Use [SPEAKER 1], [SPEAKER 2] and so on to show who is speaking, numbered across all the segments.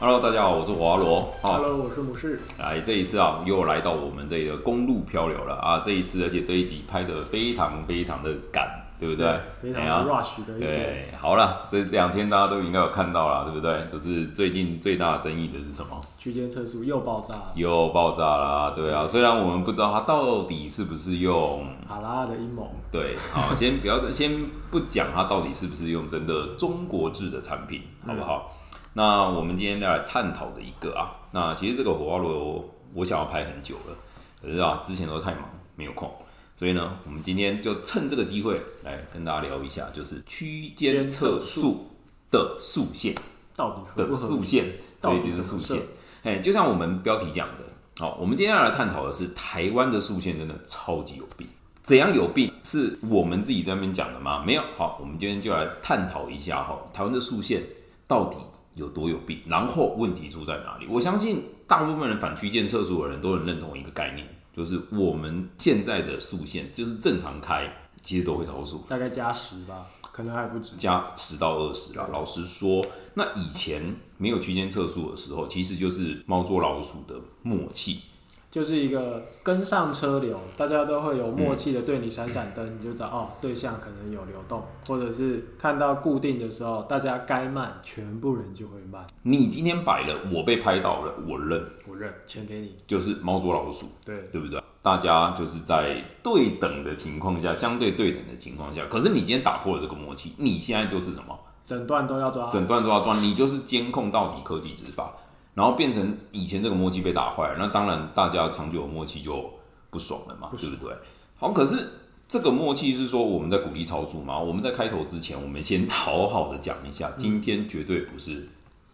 [SPEAKER 1] Hello，大家好，我是华罗。啊，
[SPEAKER 2] Hello，我是母士。
[SPEAKER 1] 来这一次啊，又来到我们这个公路漂流了啊！这一次，而且这一集拍的非常非常的赶，对不对？
[SPEAKER 2] 非
[SPEAKER 1] 哎呀
[SPEAKER 2] 常 rush 的一天。
[SPEAKER 1] 对，好了，这两天大家都应该有看到了，对不对？就是最近最大的争议的是什么？
[SPEAKER 2] 区间测速又爆炸了，
[SPEAKER 1] 又爆炸啦，对啊。虽然我们不知道它到底是不是用
[SPEAKER 2] 阿拉的阴谋，
[SPEAKER 1] 对，好，先不要，先不讲它到底是不是用真的中国制的产品，好不好？那我们今天要来探讨的一个啊，那其实这个火花罗我想要拍很久了，可是啊，之前都太忙没有空，所以呢，我们今天就趁这个机会来跟大家聊一下，就是区间测速的速限。
[SPEAKER 2] 到底合
[SPEAKER 1] 的
[SPEAKER 2] 不合
[SPEAKER 1] 速
[SPEAKER 2] 理？
[SPEAKER 1] 线，
[SPEAKER 2] 到
[SPEAKER 1] 所
[SPEAKER 2] 底
[SPEAKER 1] 以就是速
[SPEAKER 2] 怎
[SPEAKER 1] 线
[SPEAKER 2] 么设。
[SPEAKER 1] 哎、就像我们标题讲的，好、我们今天要来探讨的是台湾的速线真的超级有病。怎样有病？是我们自己在那边讲的吗？没有。好，我们今天就来探讨一下哈，台湾的速线到底有多有病，然后问题出在哪里？我相信大部分人反区间测速的人都很认同一个概念，就是我们现在的速线就是正常开，其实都会超速。
[SPEAKER 2] 大概加十吧，可能还不止。
[SPEAKER 1] 加十到二十啦。老实说，那以前没有区间测速的时候，其实就是猫捉老鼠的默契。
[SPEAKER 2] 就是一个跟上车流，大家都会有默契的对你闪闪灯，你就知道哦，对象可能有流动，或者是看到固定的时候，大家该慢，全部人就会慢。
[SPEAKER 1] 你今天摆了，我被拍到了，我认，
[SPEAKER 2] 我认，钱给你。
[SPEAKER 1] 就是猫捉老鼠，
[SPEAKER 2] 对，
[SPEAKER 1] 对不对？大家就是在对等的情况下，相对对等的情况下，可是你今天打破了这个默契，你现在就是什么？
[SPEAKER 2] 整段都要抓。
[SPEAKER 1] 整段都要抓，你就是监控到底科技执法，然后变成以前这个默契被打坏了，那当然大家长久的默契就不爽了嘛，
[SPEAKER 2] 不
[SPEAKER 1] 对
[SPEAKER 2] 爽
[SPEAKER 1] 不对？好，可是这个默契是说我们在鼓励超速嘛？我们在开头之前，我们先好好的讲一下，
[SPEAKER 2] 嗯
[SPEAKER 1] 今天绝对不是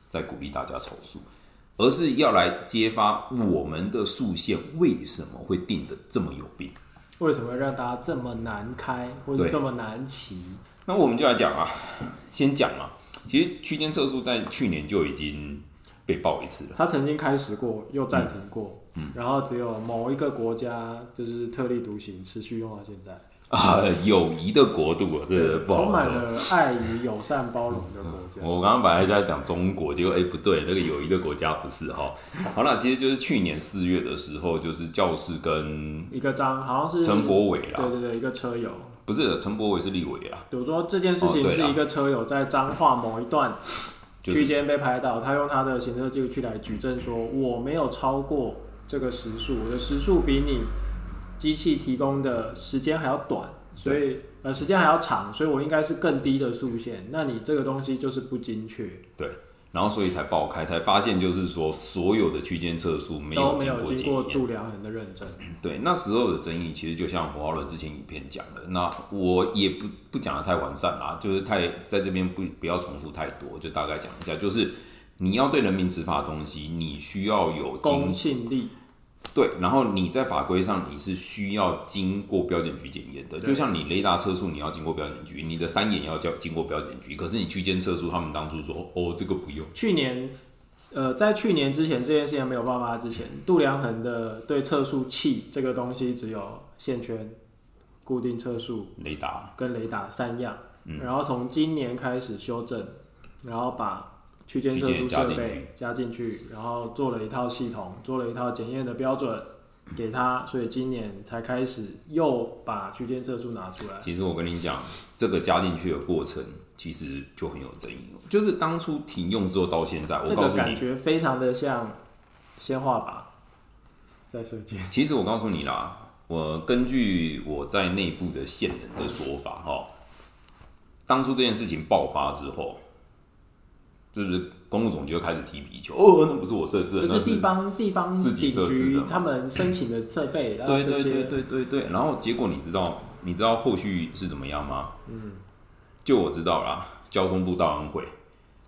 [SPEAKER 1] 在鼓励大家超速，而是要来揭发我们的速线为什么会定的这么有病。
[SPEAKER 2] 为什么会让大家这么难开，或者
[SPEAKER 1] 对
[SPEAKER 2] 这么难骑？
[SPEAKER 1] 那我们就来讲啊，先讲啊，其实区间测速在去年就已经被爆一次了。
[SPEAKER 2] 他曾经开始过，又暂停过，
[SPEAKER 1] 嗯
[SPEAKER 2] 然后只有某一个国家就是特立独行，持续用到现在，
[SPEAKER 1] 啊，友谊的国度啊，这个不
[SPEAKER 2] 充
[SPEAKER 1] 好嗯
[SPEAKER 2] 满
[SPEAKER 1] 说。
[SPEAKER 2] 了爱与友善包容的国家。
[SPEAKER 1] 我刚刚本来在讲中国，结果哎、不对，那个友谊的国家不是哈。好了，其实就是去年四月的时候，就是教师跟
[SPEAKER 2] 一个章好像
[SPEAKER 1] 嗯
[SPEAKER 2] 是
[SPEAKER 1] 陈柏伟啊
[SPEAKER 2] 对
[SPEAKER 1] 啦，
[SPEAKER 2] 对对，一个车友。
[SPEAKER 1] 不是陈柏伟是立委啊啦，
[SPEAKER 2] 比如说这件事
[SPEAKER 1] 哦
[SPEAKER 2] 情
[SPEAKER 1] 对
[SPEAKER 2] 是
[SPEAKER 1] 啊
[SPEAKER 2] 一个车友在彰化某一段
[SPEAKER 1] 就是
[SPEAKER 2] 区间被拍到，他用他的行车记录器来举证说我没有超过这个时速，我的时速比你机器提供的时间还要短，所以呃时间还要长，所以我应该是更低的速限。那你这个东西就是不精确，
[SPEAKER 1] 对，然后所以才爆开，才发现就是说所有的区间测速没
[SPEAKER 2] 都
[SPEAKER 1] 有
[SPEAKER 2] 没
[SPEAKER 1] 经
[SPEAKER 2] 有
[SPEAKER 1] 过
[SPEAKER 2] 经
[SPEAKER 1] 检
[SPEAKER 2] 过
[SPEAKER 1] 验。
[SPEAKER 2] 度量衡的认证。
[SPEAKER 1] 对，那时候的争议其实就像华伦之前影片讲的，那我也不不讲的太完善啦，就是太在这边不不要重复太多，就大概讲一下，就是你要对人民执法的东西，你需要有
[SPEAKER 2] 公
[SPEAKER 1] 经
[SPEAKER 2] 信力
[SPEAKER 1] 对，然后你在法规上你是需要经过标检局检验的，
[SPEAKER 2] 对
[SPEAKER 1] 就像你雷达测速你要经过标检局，你的三眼也要交经过标检局，可是你区间测速，他们当初说哦这个不用，
[SPEAKER 2] 去年，呃，在去年之前这件事情没有爆发之前，度量衡的对测速器这个东西只有线圈、固定测速
[SPEAKER 1] 雷达
[SPEAKER 2] 跟雷达三样，
[SPEAKER 1] 嗯
[SPEAKER 2] 然后从今年开始修正，然后把区间测速设
[SPEAKER 1] 区间加进去
[SPEAKER 2] 备加进去，然后做了一套系统，做了一套检验的标准给他，所以今年才开始又把区间测速拿出来。
[SPEAKER 1] 其实我跟你讲，这个加进去的过程其实就很有争议了，就是当初停用之后到现在，我
[SPEAKER 2] 这
[SPEAKER 1] 告
[SPEAKER 2] 个
[SPEAKER 1] 诉
[SPEAKER 2] 感
[SPEAKER 1] 你，
[SPEAKER 2] 觉非常的像先画靶再射箭。
[SPEAKER 1] 其实我告诉你啦，我根据我在内部的线人的说法哈，当初这件事情爆发之后，是不是公路总局就开始踢皮球？哦，那不是我设置的，
[SPEAKER 2] 这
[SPEAKER 1] 那
[SPEAKER 2] 是地方地方
[SPEAKER 1] 自
[SPEAKER 2] 警
[SPEAKER 1] 己设置的
[SPEAKER 2] 局
[SPEAKER 1] 嘛
[SPEAKER 2] 他们申请的设 备，然后
[SPEAKER 1] 对
[SPEAKER 2] 这
[SPEAKER 1] 对对
[SPEAKER 2] 些
[SPEAKER 1] 对对对。然后结果你知道你知道后续是怎么样吗？嗯，就我知道啦，交通部道安会，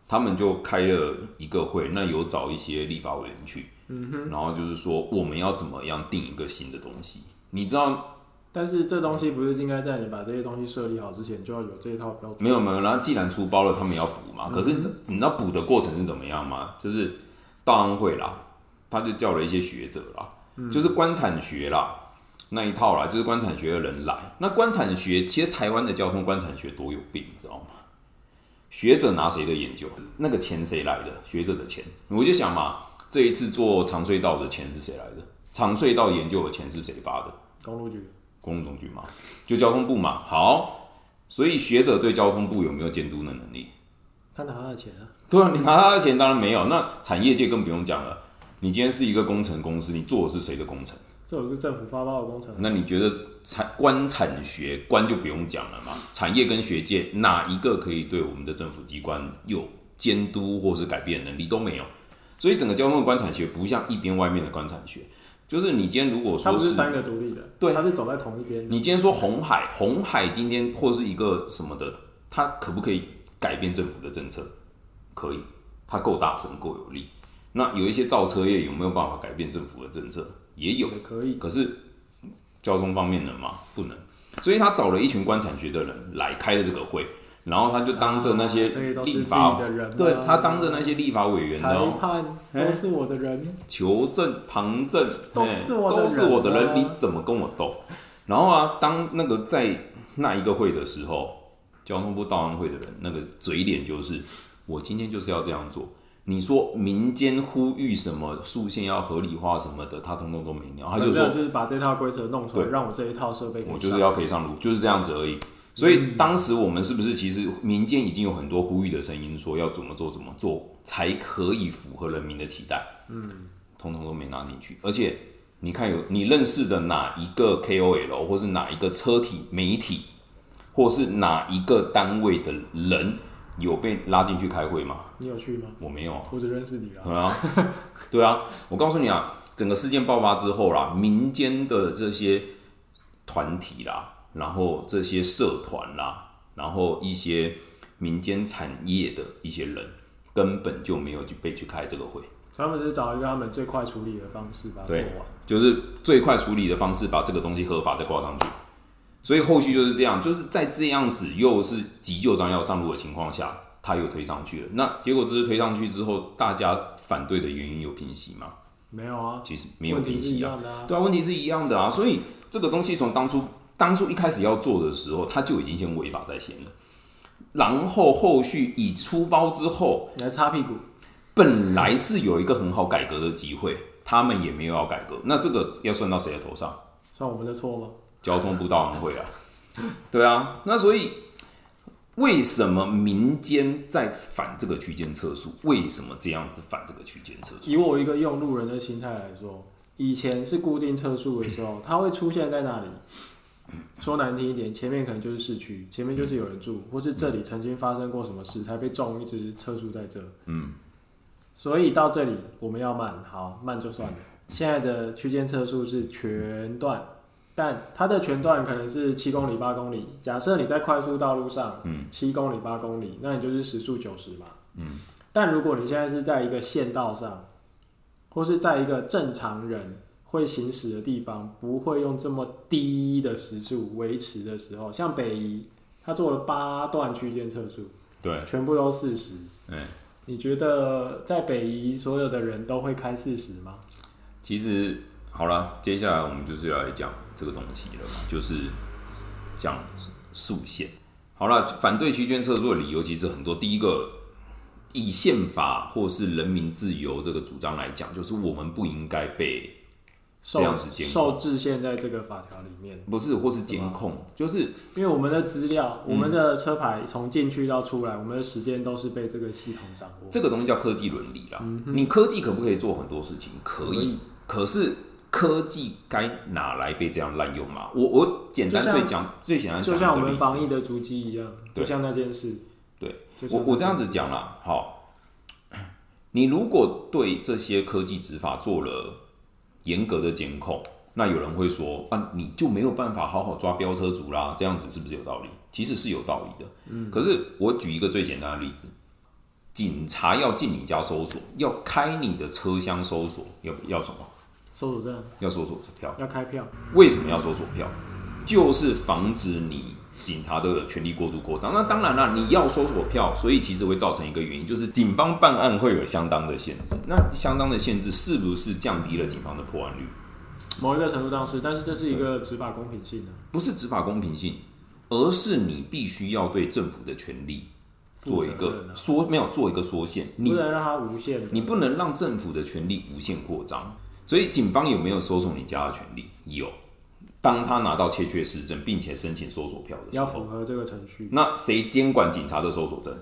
[SPEAKER 1] 他们就开了一个会，那有找一些立法委员去，嗯哼，然后就是说我们要怎么样定一个新的东西。你知道
[SPEAKER 2] 但是这东西不是应该在你把这些东西设立好之前就要有这一套标准？
[SPEAKER 1] 没有没有？然后既然出包了，他们也要补嘛。可是你知道补的过程是怎么样吗？就是道安会啦，他就叫了一些学者啦，就是官产学啦那一套啦，就是官产学的人来。那官产学其实台湾的交通官产学多有病，你知道吗？学者拿谁的研究，那个钱谁来的？学者的钱，我就想嘛，这一次做长隧道的钱是谁来的？长隧道研究的钱是谁发的？
[SPEAKER 2] 公路局
[SPEAKER 1] 公路总局嘛，就交通部嘛。好，所以学者对交通部有没有监督的能力？
[SPEAKER 2] 他拿他的钱啊，
[SPEAKER 1] 对啊，你拿他的钱当然没有。那产业界更不用讲了。你今天是一个工程公司，你做的是谁的工程？
[SPEAKER 2] 这种是政府发包的工程，啊
[SPEAKER 1] 那你觉得产官产学官就不用讲了嘛？产业跟学界哪一个可以对我们的政府机关有监督或是改变的能力都没有？所以整个交通的官产学不像一边外面的官产学，就是你今天如果
[SPEAKER 2] 它
[SPEAKER 1] 说
[SPEAKER 2] 不
[SPEAKER 1] 是
[SPEAKER 2] 是三个独立的，
[SPEAKER 1] 对
[SPEAKER 2] 它是走在同一边的。
[SPEAKER 1] 你今天说红海，红海今天或是一个什么的，它可不可以改变政府的政策？可以，它够大声，够有力。那有一些造车业有没有办法改变政府的政策？也有，
[SPEAKER 2] 也可以，
[SPEAKER 1] 可是交通方面能吗？不能。所以他找了一群官产学的人来开了这个会，然后他就当着那些
[SPEAKER 2] 啊所以都是
[SPEAKER 1] 立
[SPEAKER 2] 自己
[SPEAKER 1] 法，
[SPEAKER 2] 的人嘛，啊
[SPEAKER 1] 对他当着那些哦立法委员，
[SPEAKER 2] 裁
[SPEAKER 1] 然后
[SPEAKER 2] 判都是我的人，
[SPEAKER 1] 求证、旁证，
[SPEAKER 2] 都
[SPEAKER 1] 哎
[SPEAKER 2] 是我的
[SPEAKER 1] 都是我的
[SPEAKER 2] 人
[SPEAKER 1] 人，
[SPEAKER 2] 啊
[SPEAKER 1] 你怎么跟我斗？然后啊，当那个在那一个会的时候，交通部道安会的人那个嘴脸就是，我今天就是要这样做。你说民间呼吁什么竖线要合理化什么的，他通通都没鸟，他就
[SPEAKER 2] 反
[SPEAKER 1] 说
[SPEAKER 2] 正就是把这套规则弄出来，
[SPEAKER 1] 对
[SPEAKER 2] 让我这一套设备可以
[SPEAKER 1] 我就是
[SPEAKER 2] 上
[SPEAKER 1] 要可以上路，就是这样子而已。所以当时我们是不是其实民间已经有很多呼吁的声音，说要怎么做怎么做才可以符合人民的期待？嗯，通通都没拿进去。而且你看有你认识的哪一个 KOL 或是哪一个车体媒体，或是哪一个单位的人有被拉进去开会吗？
[SPEAKER 2] 你有去吗？
[SPEAKER 1] 我没有啊。
[SPEAKER 2] 我只认识你啊，
[SPEAKER 1] 对啊， 对啊，我告诉你啊，整个事件爆发之后啦，民间的这些团体啦，然后这些社团啦，然后一些民间产业的一些人，根本就没有去被去开这个会，
[SPEAKER 2] 他们就是找一个他们最快处理的方式把它做
[SPEAKER 1] 对
[SPEAKER 2] 完。
[SPEAKER 1] 就是最快处理的方式把这个东西合法再挂上去。所以后续就是这样，就是在这样子又是急救章要上路的情况下，他又推上去了。那结果这是推上去之后，大家反对的原因有平息吗？
[SPEAKER 2] 没有啊，
[SPEAKER 1] 其实没有
[SPEAKER 2] 问题
[SPEAKER 1] 平
[SPEAKER 2] 是一
[SPEAKER 1] 息啊。
[SPEAKER 2] 样的啊。
[SPEAKER 1] 对啊，问题是一样的啊，所以这个东西从当初当初一开始要做的时候，他就已经先违法在先了，然后后续以出包之后，
[SPEAKER 2] 你来擦屁股，
[SPEAKER 1] 本来是有一个很好改革的机会，他们也没有要改革，那这个要算到谁的头上？
[SPEAKER 2] 算我们的错吗？
[SPEAKER 1] 交通部道安会啊， 对啊，那所以为什么民间在反这个区间测速？为什么这样子反这个区间测速？
[SPEAKER 2] 以我一个用路人的心态来说，以前是固定车速的时候，它会出现在那里。
[SPEAKER 1] 嗯
[SPEAKER 2] 说难听一点，前面可能就是市区，前面就是有人
[SPEAKER 1] 嗯
[SPEAKER 2] 住，或是这里曾经发生过什么事，才被撞一只车速在这。
[SPEAKER 1] 嗯，
[SPEAKER 2] 所以到这里我们要慢，好慢就算了。现在的区间测速是全段，但它的全段可能是七公里、八公里。假设你在快速道路上，
[SPEAKER 1] 嗯，
[SPEAKER 2] 七公里、八公里，那你就是时速九十嘛，嗯。但如果你现在是在一个县道上，或是在一个正常人会行驶的地方，不会用这么低的时速维持的时候，像北宜，他做了八段区间测速，
[SPEAKER 1] 对，
[SPEAKER 2] 全部都四十。
[SPEAKER 1] 哎、
[SPEAKER 2] 你觉得在北宜所有的人都会开四十吗？
[SPEAKER 1] 其实好了，接下来我们就是要来讲这个东西了嘛，就是讲速限。好了，反对区间测速的理由其实很多。第一个，以宪法或是人民自由这个主张来讲，就是我们不应该被
[SPEAKER 2] 受
[SPEAKER 1] 这样子监控
[SPEAKER 2] 受制限在这个法条里面，
[SPEAKER 1] 不是或是监控，就是
[SPEAKER 2] 因为我们的资料、我们的车牌从进去到出来，我们的时间都是被这个系统掌握。
[SPEAKER 1] 这个东西叫科技伦理啦。你科技可不可以做很多事情？可
[SPEAKER 2] 嗯可
[SPEAKER 1] 以，可是科技该哪来被这样滥用嘛？我我简单
[SPEAKER 2] 就像
[SPEAKER 1] 最讲最简单讲
[SPEAKER 2] 就
[SPEAKER 1] 一
[SPEAKER 2] 像
[SPEAKER 1] 个
[SPEAKER 2] 我们
[SPEAKER 1] 例子
[SPEAKER 2] 防疫的足迹一样，
[SPEAKER 1] 对
[SPEAKER 2] 就像那件事。
[SPEAKER 1] 对
[SPEAKER 2] 就像
[SPEAKER 1] 我
[SPEAKER 2] 那件事，
[SPEAKER 1] 我这样子讲啦，好，你如果对这些科技执法做了严格的监控，那有人会说啊，你就没有办法好好抓飙车族啦，这样子是不是有道理？其实是有道理的。嗯，可是我举一个最简单的例子，警察要进你家搜索，要开你的车厢搜索，要要什么？
[SPEAKER 2] 搜索证
[SPEAKER 1] 要搜索票。
[SPEAKER 2] 要开票，
[SPEAKER 1] 为什么要搜索票？就是防止你警察的权力过度扩张。那当然了，你要搜索票，所以其实会造成一个原因，就是警方办案会有相当的限制。那相当的限制是不是降低了警方的破案率？
[SPEAKER 2] 某一个程度上是，但是这是一个执法公平性的
[SPEAKER 1] 不是执法公平性，而是你必须要对政府的权力做一
[SPEAKER 2] 负责任
[SPEAKER 1] 个
[SPEAKER 2] 啊
[SPEAKER 1] 缩，没有做一个缩限，你
[SPEAKER 2] 不能让它无限的。
[SPEAKER 1] 你不能让政府的权力无限扩张。所以，警方有没有搜索你家的权利？有。当他拿到窃窃私证，并且申请搜索票的时
[SPEAKER 2] 要
[SPEAKER 1] 候，
[SPEAKER 2] 符合这个程序，
[SPEAKER 1] 那谁监管警察的搜索证？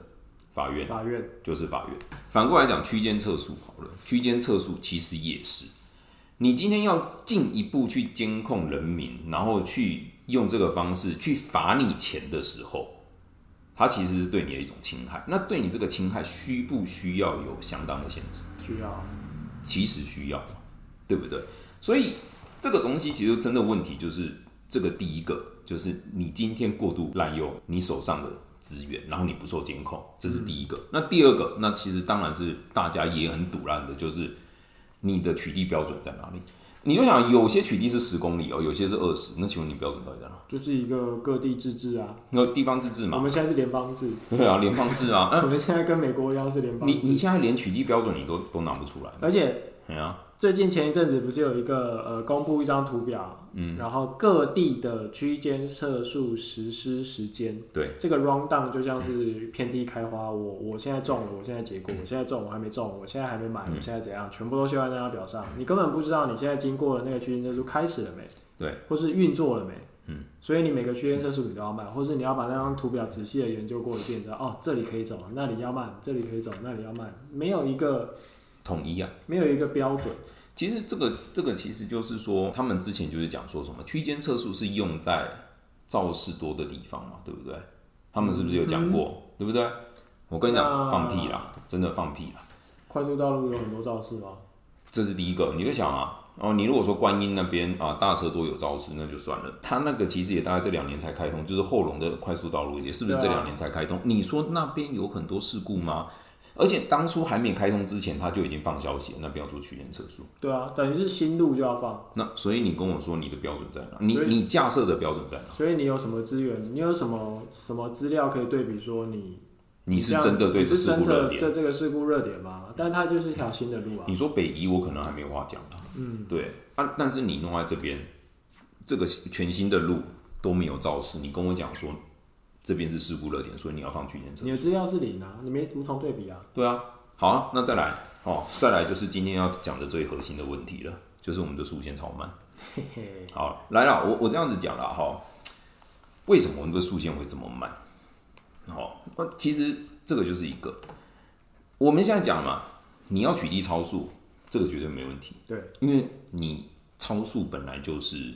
[SPEAKER 1] 法院
[SPEAKER 2] 法院
[SPEAKER 1] 就是法院。反过来讲，区间测速好了，区间测速其实也是，你今天要进一步去监控人民，然后去用这个方式去罚你钱的时候，它其实是对你的一种侵害。那对你这个侵害，需不需要有相当的限制？
[SPEAKER 2] 需要
[SPEAKER 1] 其实需要嘛，对不对？所以这个东西其实真的问题就是这个第一个，就是你今天过度滥用你手上的资源，然后你不受监控，这是第一个。那第二个，那其实当然是大家也很堵烂的，就是你的取缔标准在哪里？你就想有些取缔是十公里哦，有些是二十，那请问你标准到底 在哪？
[SPEAKER 2] 就是一个各地自治啊。
[SPEAKER 1] 那地方自治
[SPEAKER 2] 我
[SPEAKER 1] 嘛，
[SPEAKER 2] 们现在是联邦制，
[SPEAKER 1] 对啊，联邦制啊，
[SPEAKER 2] 我
[SPEAKER 1] 嗯、
[SPEAKER 2] 们现在跟美国一样是联邦
[SPEAKER 1] 你你
[SPEAKER 2] 制。
[SPEAKER 1] 现在连取缔标准你都都拿不出来，
[SPEAKER 2] 而且
[SPEAKER 1] 哎呀、啊，
[SPEAKER 2] 最近前一阵子不是有一个呃公布一张图表，嗯，然后各地的区间测速实施时间，
[SPEAKER 1] 对，
[SPEAKER 2] 这个 round down 就像是遍地开花，我我现在中了，我现在结果，我现在中，我还没中，我现在还没买，我现在怎样，全部都写在那张表上，你根本不知道你现在经过的那个区间测速开始了没，
[SPEAKER 1] 对，
[SPEAKER 2] 或是运作了没，嗯，所以你每个区间测速你都要慢，或是你要把那张图表仔细的研究过一遍，知道哦，这里可以走，那里要慢，这里可以走，那里要慢，没有一个
[SPEAKER 1] 统一啊。
[SPEAKER 2] 没有一个标准，
[SPEAKER 1] 其实这个这个其实就是说，他们之前就是讲说什么区间测速是用在肇事多的地方嘛，对不对？他们是不是有讲过，嗯对不对？我跟你讲，
[SPEAKER 2] 那
[SPEAKER 1] 放屁啦，真的放屁啦，
[SPEAKER 2] 快速道路有很多哦肇事吗？
[SPEAKER 1] 这是第一个。你就想啊，哦，你如果说观音那边啊大车多有肇事，那就算了。他那个其实也大概这两年才开通，就是后龙的快速道路也是不是这
[SPEAKER 2] 对啊
[SPEAKER 1] 两年才开通？你说那边有很多事故吗？而且当初还没开通之前，他就已经放消息了，那边要做区间测速。
[SPEAKER 2] 对啊，等于是新路就要放，
[SPEAKER 1] 那所以你跟我说你的标准在哪？你
[SPEAKER 2] 所以
[SPEAKER 1] 你架设的标准在哪？
[SPEAKER 2] 所以你有什么资源，你有什么什么资料可以对比说你
[SPEAKER 1] 你是
[SPEAKER 2] 这样
[SPEAKER 1] 真的对
[SPEAKER 2] 你
[SPEAKER 1] 这
[SPEAKER 2] 是
[SPEAKER 1] 事
[SPEAKER 2] 真
[SPEAKER 1] 故热
[SPEAKER 2] 的
[SPEAKER 1] 点？嗯
[SPEAKER 2] 这这个事故热点吗？但它就是一条新的路啊
[SPEAKER 1] 你，说北移，我可能还没有话讲啊。嗯，对啊，但是你弄在这边，这个全新的路都没有肇事，你跟我讲说这边是事故热点，所以你要放区间车
[SPEAKER 2] 你。的资料是零啊，你没无从对比啊，
[SPEAKER 1] 对啊，好啊，那再来哦，再来就是今天要讲的最核心的问题了，就是我们的速线超慢。
[SPEAKER 2] 嘿嘿，
[SPEAKER 1] 好，来了，我我这样子讲了哈，为什么我们的速线会这么慢？好，呃其实这个就是一个，我们现在讲嘛，你要取缔超速，这个绝对没问题，
[SPEAKER 2] 对，
[SPEAKER 1] 因为你超速本来就是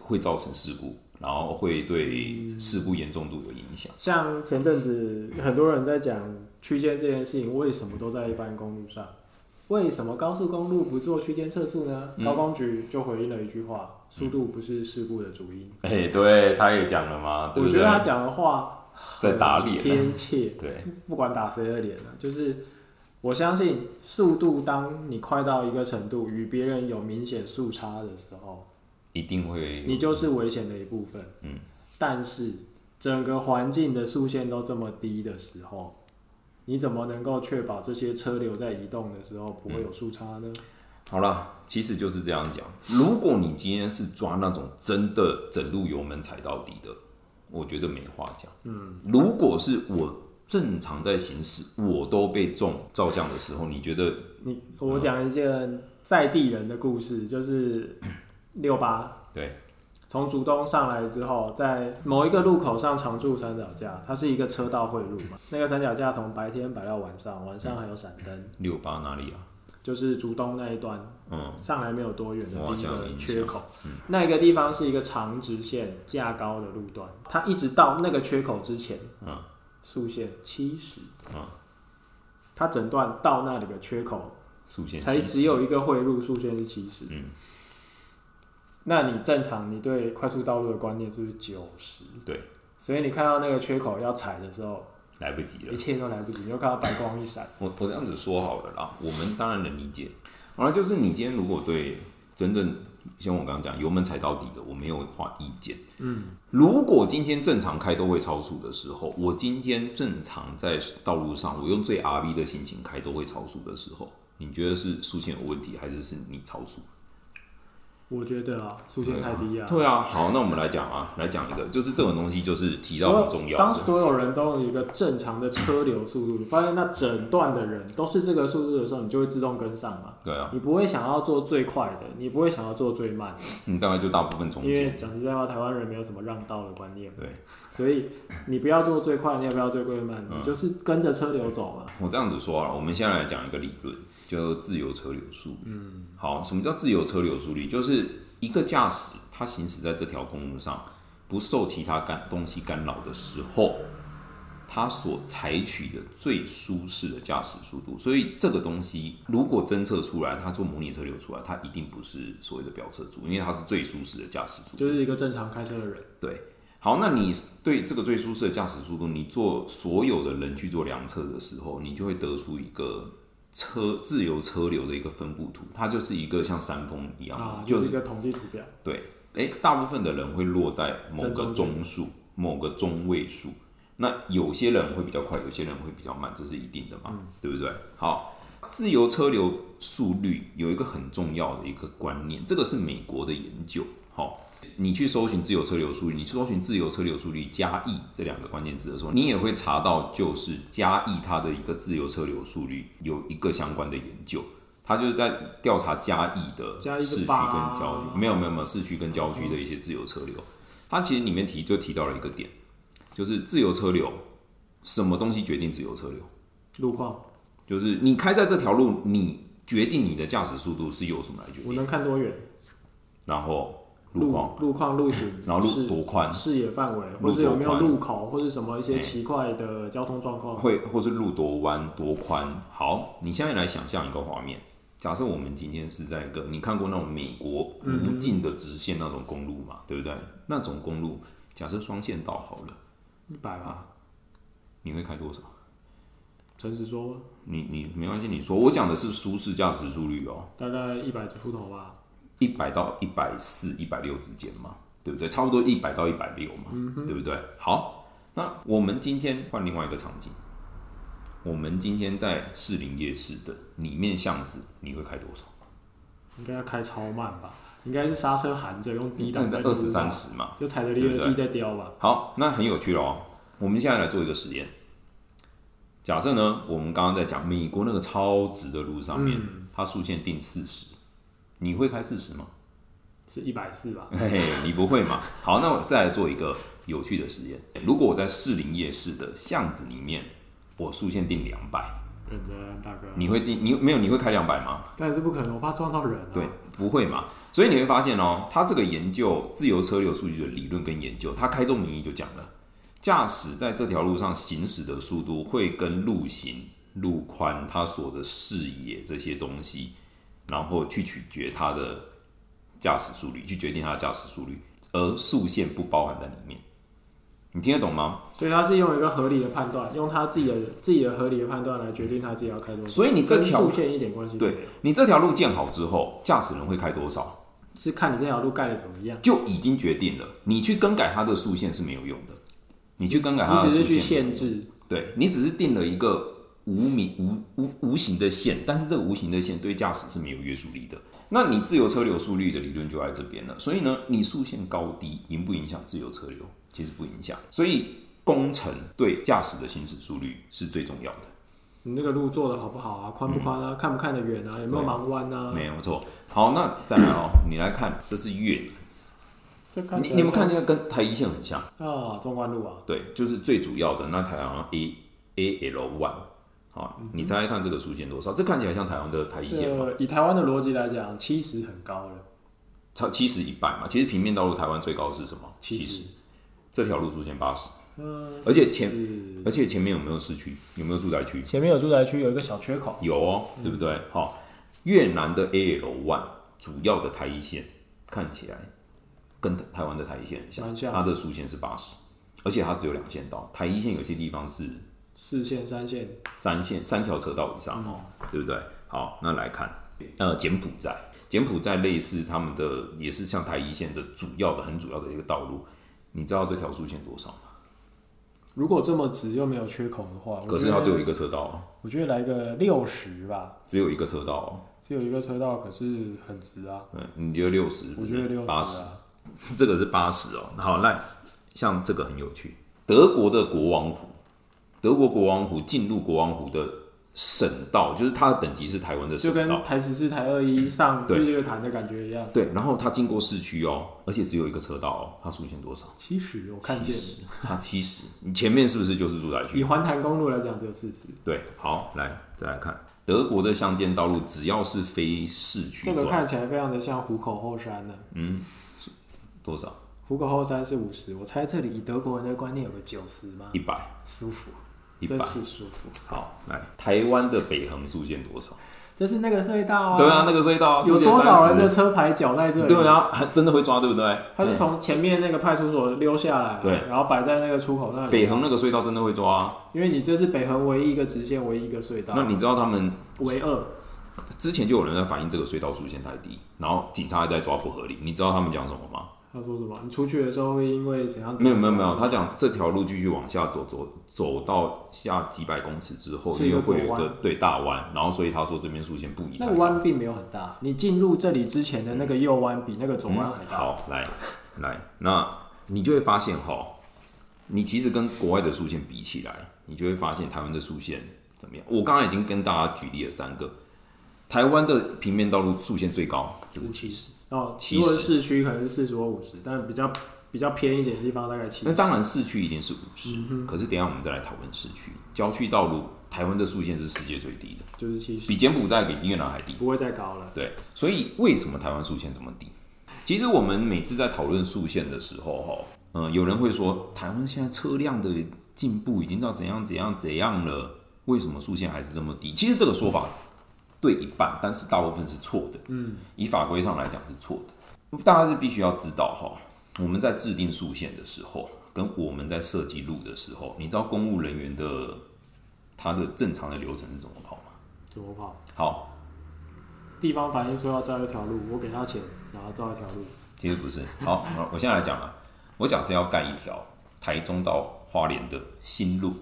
[SPEAKER 1] 会造成事故，然后会对事故严重度有影响。
[SPEAKER 2] 像前阵子很多人在讲区间这件事情，为什么都在一般公路上？为什么高速公路不做区间测速呢？
[SPEAKER 1] 嗯
[SPEAKER 2] 高公局就回应了一句话：速度不是事故的主因。
[SPEAKER 1] 哎、对，他也讲了嘛
[SPEAKER 2] 我觉得他讲的话
[SPEAKER 1] 在打
[SPEAKER 2] 很
[SPEAKER 1] 脸啊
[SPEAKER 2] 贴切，
[SPEAKER 1] 对，
[SPEAKER 2] 不管打谁的脸呢，就是我相信速度，当你快到一个程度，与别人有明显速差的时候，
[SPEAKER 1] 一定会
[SPEAKER 2] 你就是危险的一部分。
[SPEAKER 1] 嗯，
[SPEAKER 2] 但是整个环境的速限都这么低的时候，你怎么能够确保这些车流在移动的时候不会有速差呢？
[SPEAKER 1] 好了，其实就是这样讲。如果你今天是抓那种真的整路油门踩到底的，我觉得没话讲。嗯，如果是我正常在行驶，我都被撞照相的时候，你觉得
[SPEAKER 2] 你我讲一件在地人的故 事，就是六八
[SPEAKER 1] 对？
[SPEAKER 2] 从竹东上来之后，在某一个路口上常驻三脚架，它是一个车道汇入嘛。那个三脚架从白天摆到晚上，晚上还有闪灯，
[SPEAKER 1] 六八哪里啊？
[SPEAKER 2] 就是竹东那一段
[SPEAKER 1] 嗯，
[SPEAKER 2] 上来没有多远的
[SPEAKER 1] 我好
[SPEAKER 2] 第一
[SPEAKER 1] 像有
[SPEAKER 2] 个
[SPEAKER 1] 印
[SPEAKER 2] 缺
[SPEAKER 1] 象
[SPEAKER 2] 口。那一个地方是一个长直线架高的路段，它一直到那个缺口之前，
[SPEAKER 1] 嗯，
[SPEAKER 2] 速限七十，
[SPEAKER 1] 嗯，
[SPEAKER 2] 它整段到那里的缺口
[SPEAKER 1] 速线
[SPEAKER 2] 才
[SPEAKER 1] 70
[SPEAKER 2] 只有一个汇入速限是七十，
[SPEAKER 1] 嗯，
[SPEAKER 2] 那你正常你对快速道路的观念是不是九十？
[SPEAKER 1] 对，
[SPEAKER 2] 所以你看到那个缺口要踩的时候，
[SPEAKER 1] 来不及
[SPEAKER 2] 一
[SPEAKER 1] 了。
[SPEAKER 2] 切都来不及，你就看到白光一闪。
[SPEAKER 1] 我我这样子说好了啦，我们当然能理解。好了，就是你今天如果对真正像我刚刚讲油门踩到底的，我没有话意见。
[SPEAKER 2] 嗯
[SPEAKER 1] 如果今天正常开都会超速的时候，我今天正常在道路上，我用最 R V 的心情开都会超速的时候，你觉得是速线有问题，还是是你超速？
[SPEAKER 2] 我觉得啊，出现太低啊。
[SPEAKER 1] 对啊，好，那我们来讲啊，来讲一个，就是这种东西就是提
[SPEAKER 2] 所
[SPEAKER 1] 到
[SPEAKER 2] 有
[SPEAKER 1] 很重要
[SPEAKER 2] 当
[SPEAKER 1] 的，
[SPEAKER 2] 所有人都有一个正常的车流速度，你发现那整段的人都是这个速度的时候，你就会自动跟上嘛。
[SPEAKER 1] 对啊，
[SPEAKER 2] 你不会想要做最快的，你不会想要做最慢的，
[SPEAKER 1] 你大概就大部分中
[SPEAKER 2] 因
[SPEAKER 1] 间，
[SPEAKER 2] 为讲实在话，台湾人没有什么让道的观念，
[SPEAKER 1] 对
[SPEAKER 2] 所以你不要做最快，你也不要做最慢，
[SPEAKER 1] 嗯
[SPEAKER 2] 你就是跟着车流走嘛。
[SPEAKER 1] 我这样子说啊，我们现在来讲一个理论，叫自由车流速。嗯，好，什么叫自由车流速率？就是一个驾驶他行驶在这条公路上，不受其他干东西干扰的时候，他所采取的最舒适的驾驶速度。所以这个东西如果侦测出来，它做模拟车流出来，它一定不是所谓的飙车族，因为它是最舒适的驾驶速度。
[SPEAKER 2] 就是一个正常开车的人，
[SPEAKER 1] 对，好，那你对这个最舒适的驾驶速度，你做所有的人去做量测的时候，你就会得出一个车自由车流的一个分布图，它就是一个像山峰一样，
[SPEAKER 2] 啊，
[SPEAKER 1] 就
[SPEAKER 2] 就是是一个统计图表。
[SPEAKER 1] 对，诶，大部分的人会落在某个
[SPEAKER 2] 正中
[SPEAKER 1] 中数、某个中位数。那有些人会比较快，有些人会比较慢，这是一定的嘛，
[SPEAKER 2] 嗯
[SPEAKER 1] 对不对？好，自由车流速率有一个很重要的一个观念，这个是美国的研究。好，你去搜寻自由车流速率，你去搜寻自由车流速率加 E 这两个关键字的时候，你也会查到就是加 E 它的一个自由车流速率有一个相关的研究。它就是在调查嘉义的
[SPEAKER 2] 嘉义是
[SPEAKER 1] 市区跟
[SPEAKER 2] 吧
[SPEAKER 1] 郊区，没有没有没有市区跟郊区的一些自由车流。它其实里面提就提到了一个点，就是自由车流，什么东西决定自由车流？
[SPEAKER 2] 路况，
[SPEAKER 1] 就是你开在这条路，你决定你的驾驶速度是由什么来决
[SPEAKER 2] 我
[SPEAKER 1] 定？
[SPEAKER 2] 能看多远？
[SPEAKER 1] 然后路
[SPEAKER 2] 路
[SPEAKER 1] 况，
[SPEAKER 2] 路况、路型，
[SPEAKER 1] 然后路
[SPEAKER 2] 是
[SPEAKER 1] 多宽，
[SPEAKER 2] 视野范围，
[SPEAKER 1] 路
[SPEAKER 2] 或是有没有
[SPEAKER 1] 多宽
[SPEAKER 2] 路口，或是什么一些
[SPEAKER 1] 哎
[SPEAKER 2] 奇怪的交通状况。
[SPEAKER 1] 会或是路多弯多宽。好，你现在来想象一个画面，假设我们今天是在一个你看过那种美国无尽的直线那种公路嘛，对不对？那种公路，假设双线道好了，
[SPEAKER 2] 一百吧，
[SPEAKER 1] 你会开多少？
[SPEAKER 2] 诚实说，
[SPEAKER 1] 你你没关系，你说我讲的是舒适驾驶速率哦，
[SPEAKER 2] 大概一百出头吧。
[SPEAKER 1] 一百到一百四、一百六之间嘛，对不对？差不多一百到一百六嘛，对不对？好，那我们今天换另外一个场景，我们今天在士林夜市的里面巷子，你会开多少？
[SPEAKER 2] 应该要开超慢吧？应该是刹车含着，用低档在
[SPEAKER 1] 在
[SPEAKER 2] 溜
[SPEAKER 1] 二
[SPEAKER 2] 吧
[SPEAKER 1] 十三，十嘛。
[SPEAKER 2] 就踩着离合器在飙吧。
[SPEAKER 1] 好，那很有趣哦。我们现在来做一个实验。假设呢，我们刚刚在讲美国那个超直的路上面，
[SPEAKER 2] 嗯
[SPEAKER 1] 它速限定四十，你会开四十吗？
[SPEAKER 2] 是一百四吧？
[SPEAKER 1] 嘿嘿，你不会嘛？好，那我再来做一个有趣的实验。如果我在士林夜市的巷子里面，我速限定两百，
[SPEAKER 2] 认真，大哥，
[SPEAKER 1] 你会定你没有？你会开两百吗？
[SPEAKER 2] 但是不可能，我怕撞到人啊。
[SPEAKER 1] 对，，不会嘛。所以你会发现哦，他这个研究自由车流数据的理论跟研究，他开宗明义就讲了，驾驶在这条路上行驶的速度会跟路型、路宽、他所的视野这些东西，然后去取决他的驾驶速率，去决定他的驾驶速率，而速限不包含在里面。你听得懂吗？
[SPEAKER 2] 所以他是用一个合理的判断，用他自己的自己的合理的判断来决定他自己要开多少。
[SPEAKER 1] 所以你这
[SPEAKER 2] 跟
[SPEAKER 1] 条
[SPEAKER 2] 速限一点关系都没
[SPEAKER 1] 对
[SPEAKER 2] 有，
[SPEAKER 1] 你这条路建好之后，驾驶人会开多少？
[SPEAKER 2] 是看你这条路盖的怎么样。
[SPEAKER 1] 就已经决定了，你去更改它的速限是没有用的，你去更改它
[SPEAKER 2] 你
[SPEAKER 1] 的
[SPEAKER 2] 只
[SPEAKER 1] 速
[SPEAKER 2] 是去
[SPEAKER 1] 限，
[SPEAKER 2] 限制，
[SPEAKER 1] 对你只是定了一个无名无无无形的线，但是这个无形的线对驾驶是没有约束力的。那你自由车流速率的理论就在这边了，所以呢，你速限高低影不影响自由车流？其实不影响，所以工程对驾驶的行驶速率是最重要的。
[SPEAKER 2] 你那个路做的好不好啊，宽不宽啊，看不看得远啊，有没
[SPEAKER 1] 对
[SPEAKER 2] 有盲弯啊？
[SPEAKER 1] 没有错。好，那再来哦，你来看，这是越南，
[SPEAKER 2] 这看
[SPEAKER 1] 你
[SPEAKER 2] 起来
[SPEAKER 1] 你们看这个跟台一线很像。
[SPEAKER 2] 啊，纵贯路啊，
[SPEAKER 1] 对，就是最主要的那台好像 A A L one，好，
[SPEAKER 2] 嗯
[SPEAKER 1] 你猜猜看这个出现多少？这看起来像台湾的台一线吗？
[SPEAKER 2] 这以台湾的逻辑来讲，七十很高了，
[SPEAKER 1] 超七十一百嘛，其实平面道路台湾最高是什么？
[SPEAKER 2] 七
[SPEAKER 1] 70
[SPEAKER 2] 十，
[SPEAKER 1] 这条路出现八十，
[SPEAKER 2] 嗯，
[SPEAKER 1] 而且前
[SPEAKER 2] 是
[SPEAKER 1] 而且前面有没有市区？有没有住宅区？
[SPEAKER 2] 前面有住宅区，有一个小缺口，
[SPEAKER 1] 有哦，
[SPEAKER 2] 嗯
[SPEAKER 1] 对不对？好，越南的 A L one 主要的台一线看起来跟台湾的台一线很像，
[SPEAKER 2] 蛮像
[SPEAKER 1] 它的速线是八十，而且它只有两线道，台一线有些地方是
[SPEAKER 2] 四线、三线，
[SPEAKER 1] 三线三条车道以上
[SPEAKER 2] 嗯
[SPEAKER 1] 哦，对不对？好，那来看，呃，柬埔寨，柬埔寨类似他们的也是像台一线的主要的很主要的一个道路，你知道这条速线多少吗？
[SPEAKER 2] 如果这么直又没有缺口的话，我
[SPEAKER 1] 可是
[SPEAKER 2] 觉得
[SPEAKER 1] 它只有一个车道哦，
[SPEAKER 2] 我觉得来个六十吧，
[SPEAKER 1] 只有一个车道哦，
[SPEAKER 2] 只有一个车道，可是很直啊，
[SPEAKER 1] 嗯，你就六十，
[SPEAKER 2] 我觉得六
[SPEAKER 1] 八
[SPEAKER 2] 十
[SPEAKER 1] 十，
[SPEAKER 2] 啊，
[SPEAKER 1] 这个是八十哦。好，那像这个很有趣，德国的国王湖，德国国王湖进入国王湖的省道，就是它的等级是台湾的
[SPEAKER 2] 就
[SPEAKER 1] 省
[SPEAKER 2] 跟
[SPEAKER 1] 道。
[SPEAKER 2] 台十四、台二一上
[SPEAKER 1] 对
[SPEAKER 2] 日月潭的感觉一样。
[SPEAKER 1] 对，然后它经过市区哦，而且只有一个车道哦，它速限多少？
[SPEAKER 2] 七十，我看见了
[SPEAKER 1] 70它七十，你前面是不是就是住宅区
[SPEAKER 2] 以？环潭公路来讲，只有四十，
[SPEAKER 1] 对，好，来再来看德国的乡间道路，只要是非市区
[SPEAKER 2] 这个
[SPEAKER 1] 段，嗯
[SPEAKER 2] 看起来非常的像虎口后山呢、
[SPEAKER 1] 多少？
[SPEAKER 2] 虎口后山是五十，我猜这里以德国人的观念有个九十吗？
[SPEAKER 1] 一百，
[SPEAKER 2] 舒服，
[SPEAKER 1] 一
[SPEAKER 2] 真
[SPEAKER 1] 百。
[SPEAKER 2] 是舒服。
[SPEAKER 1] 好，来，台湾的北横速限多少？
[SPEAKER 2] 这是那个隧道啊，
[SPEAKER 1] 对啊，那个隧道
[SPEAKER 2] 有
[SPEAKER 1] 速限
[SPEAKER 2] 多少人
[SPEAKER 1] 30
[SPEAKER 2] 的车牌绞在这里？
[SPEAKER 1] 对啊，还真的会抓，对不嗯对？
[SPEAKER 2] 他是从前面那个派出所溜下来，
[SPEAKER 1] 对，
[SPEAKER 2] 然后摆在那个出口那
[SPEAKER 1] 嗯
[SPEAKER 2] 里，
[SPEAKER 1] 北横那个隧道真的会抓啊、
[SPEAKER 2] 因为你这是北横唯一一个直线，唯一一个隧道，
[SPEAKER 1] 那你知道他们
[SPEAKER 2] 唯二
[SPEAKER 1] 之前就有人在反映这个隧道速限太低，然后警察还在抓不合理。你知道他们讲什么吗？
[SPEAKER 2] 他说什么？你出去的时候会因为怎样？
[SPEAKER 1] 没有没有没有，他讲这条路继续往下走，走走到下几百公尺之后，
[SPEAKER 2] 是一
[SPEAKER 1] 因
[SPEAKER 2] 个
[SPEAKER 1] 为会有一
[SPEAKER 2] 左
[SPEAKER 1] 个
[SPEAKER 2] 弯
[SPEAKER 1] 对大弯，然后所以他说这边速限不宜嗯
[SPEAKER 2] 那
[SPEAKER 1] 太
[SPEAKER 2] 个
[SPEAKER 1] 高。
[SPEAKER 2] 弯并没有很大，你进入这里之前的那个右弯比那个左弯还
[SPEAKER 1] 嗯
[SPEAKER 2] 大。
[SPEAKER 1] 好，来来，那你就会发现哈，你其实跟国外的速线比起来，你就会发现台湾的速线怎么样？我刚刚已经跟大家举例了三个，台湾的平面道路速线最高，对不起。
[SPEAKER 2] 十哦，
[SPEAKER 1] 70
[SPEAKER 2] 如果是市区可能是四十或五十，但比较比较偏一点的地方大概七
[SPEAKER 1] 那
[SPEAKER 2] 十。
[SPEAKER 1] 当然市区一定是五十、
[SPEAKER 2] 嗯
[SPEAKER 1] 可是等一下我们再来讨论市区郊区道路，台湾的速线是世界最低的，
[SPEAKER 2] 就是七十，
[SPEAKER 1] 比柬埔寨比越南还低。
[SPEAKER 2] 不会再高了。
[SPEAKER 1] 对，所以为什么台湾速线这么低？其实我们每次在讨论速线的时候，哈，嗯，有人会说台湾现在车辆的进步已经到怎样怎样怎样了，为什么速线还是这么低？其实这个说法对一半，但是大部分是错的。嗯，以法规上来讲是错的，大家是必须要知道哈，我们在制定速线的时候，跟我们在设计路的时候，你知道公务人员的他的正常的流程是怎么跑吗？
[SPEAKER 2] 怎么跑？
[SPEAKER 1] 好，
[SPEAKER 2] 地方反映说要造一条路，我给他钱，然后造一条路。
[SPEAKER 1] 其实不是。好，我我现在来讲啊，我假设要盖一条台中到花莲的新路，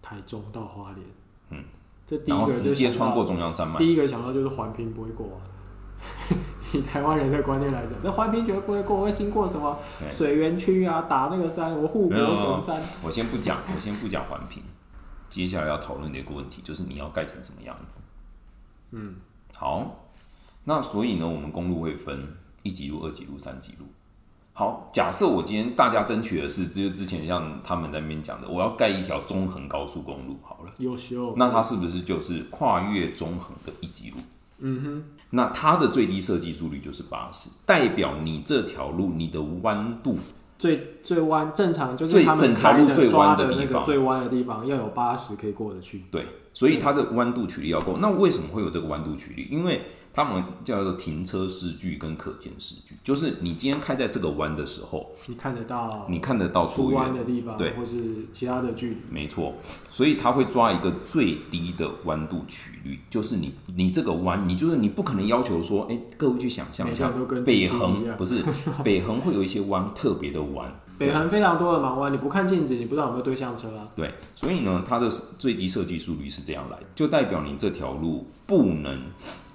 [SPEAKER 2] 台中到花莲，嗯，这第
[SPEAKER 1] 然
[SPEAKER 2] 一
[SPEAKER 1] 后
[SPEAKER 2] 个就
[SPEAKER 1] 直接
[SPEAKER 2] 想
[SPEAKER 1] 穿
[SPEAKER 2] 到
[SPEAKER 1] 过中央山脉。
[SPEAKER 2] 第一个想到就是环评不会过、啊。 以台湾人的观念来讲，那环评绝对不会过，会经过什么
[SPEAKER 1] 对
[SPEAKER 2] 水源区啊，打那个山，我护国
[SPEAKER 1] 没有
[SPEAKER 2] 神山。
[SPEAKER 1] 我先不讲， 我先不讲环评，接下来要讨论的一个问题就是你要盖成什么样子。嗯，好，那所以呢，我们公路会分一级路、二级路、三级路。好，假设我今天大家争取的是，就是之前像他们在那边讲的，我要盖一条中横高速公路，好了。
[SPEAKER 2] 优秀，
[SPEAKER 1] 那它是不是就是跨越中横的一级路？嗯哼，那它的最低设计速率就是八十，代表你这条路你的弯度
[SPEAKER 2] 最最弯正常就是
[SPEAKER 1] 最
[SPEAKER 2] 他们
[SPEAKER 1] 整条
[SPEAKER 2] 开
[SPEAKER 1] 路
[SPEAKER 2] 的
[SPEAKER 1] 最
[SPEAKER 2] 抓
[SPEAKER 1] 弯的
[SPEAKER 2] 的那
[SPEAKER 1] 地
[SPEAKER 2] 个
[SPEAKER 1] 方
[SPEAKER 2] 最弯的地方要有八十可以过得去，
[SPEAKER 1] 对，所以它的弯度曲率要够。那为什么会有这个弯度曲率？因为他们叫做停车视距跟可见视距，就是你今天开在这个弯的时候，
[SPEAKER 2] 你看得到
[SPEAKER 1] 你看得到
[SPEAKER 2] 出
[SPEAKER 1] 多
[SPEAKER 2] 弯
[SPEAKER 1] 远。
[SPEAKER 2] 的地方，
[SPEAKER 1] 对
[SPEAKER 2] 或是其他的距离。
[SPEAKER 1] 没错，所以它会抓一个最低的弯度曲率，就是你你这个弯，你就是你不可能要求说，哎、各位去想象一
[SPEAKER 2] 每
[SPEAKER 1] 下
[SPEAKER 2] 项都跟，
[SPEAKER 1] 北
[SPEAKER 2] 地图一
[SPEAKER 1] 横
[SPEAKER 2] 样
[SPEAKER 1] 不 是北横会有一些弯特别的弯，
[SPEAKER 2] 北横非常多的盲弯，你不看镜子，你不知道有没有对向车啊。
[SPEAKER 1] 对，所以呢，它的最低设计速率是这样来的，就代表你这条路不能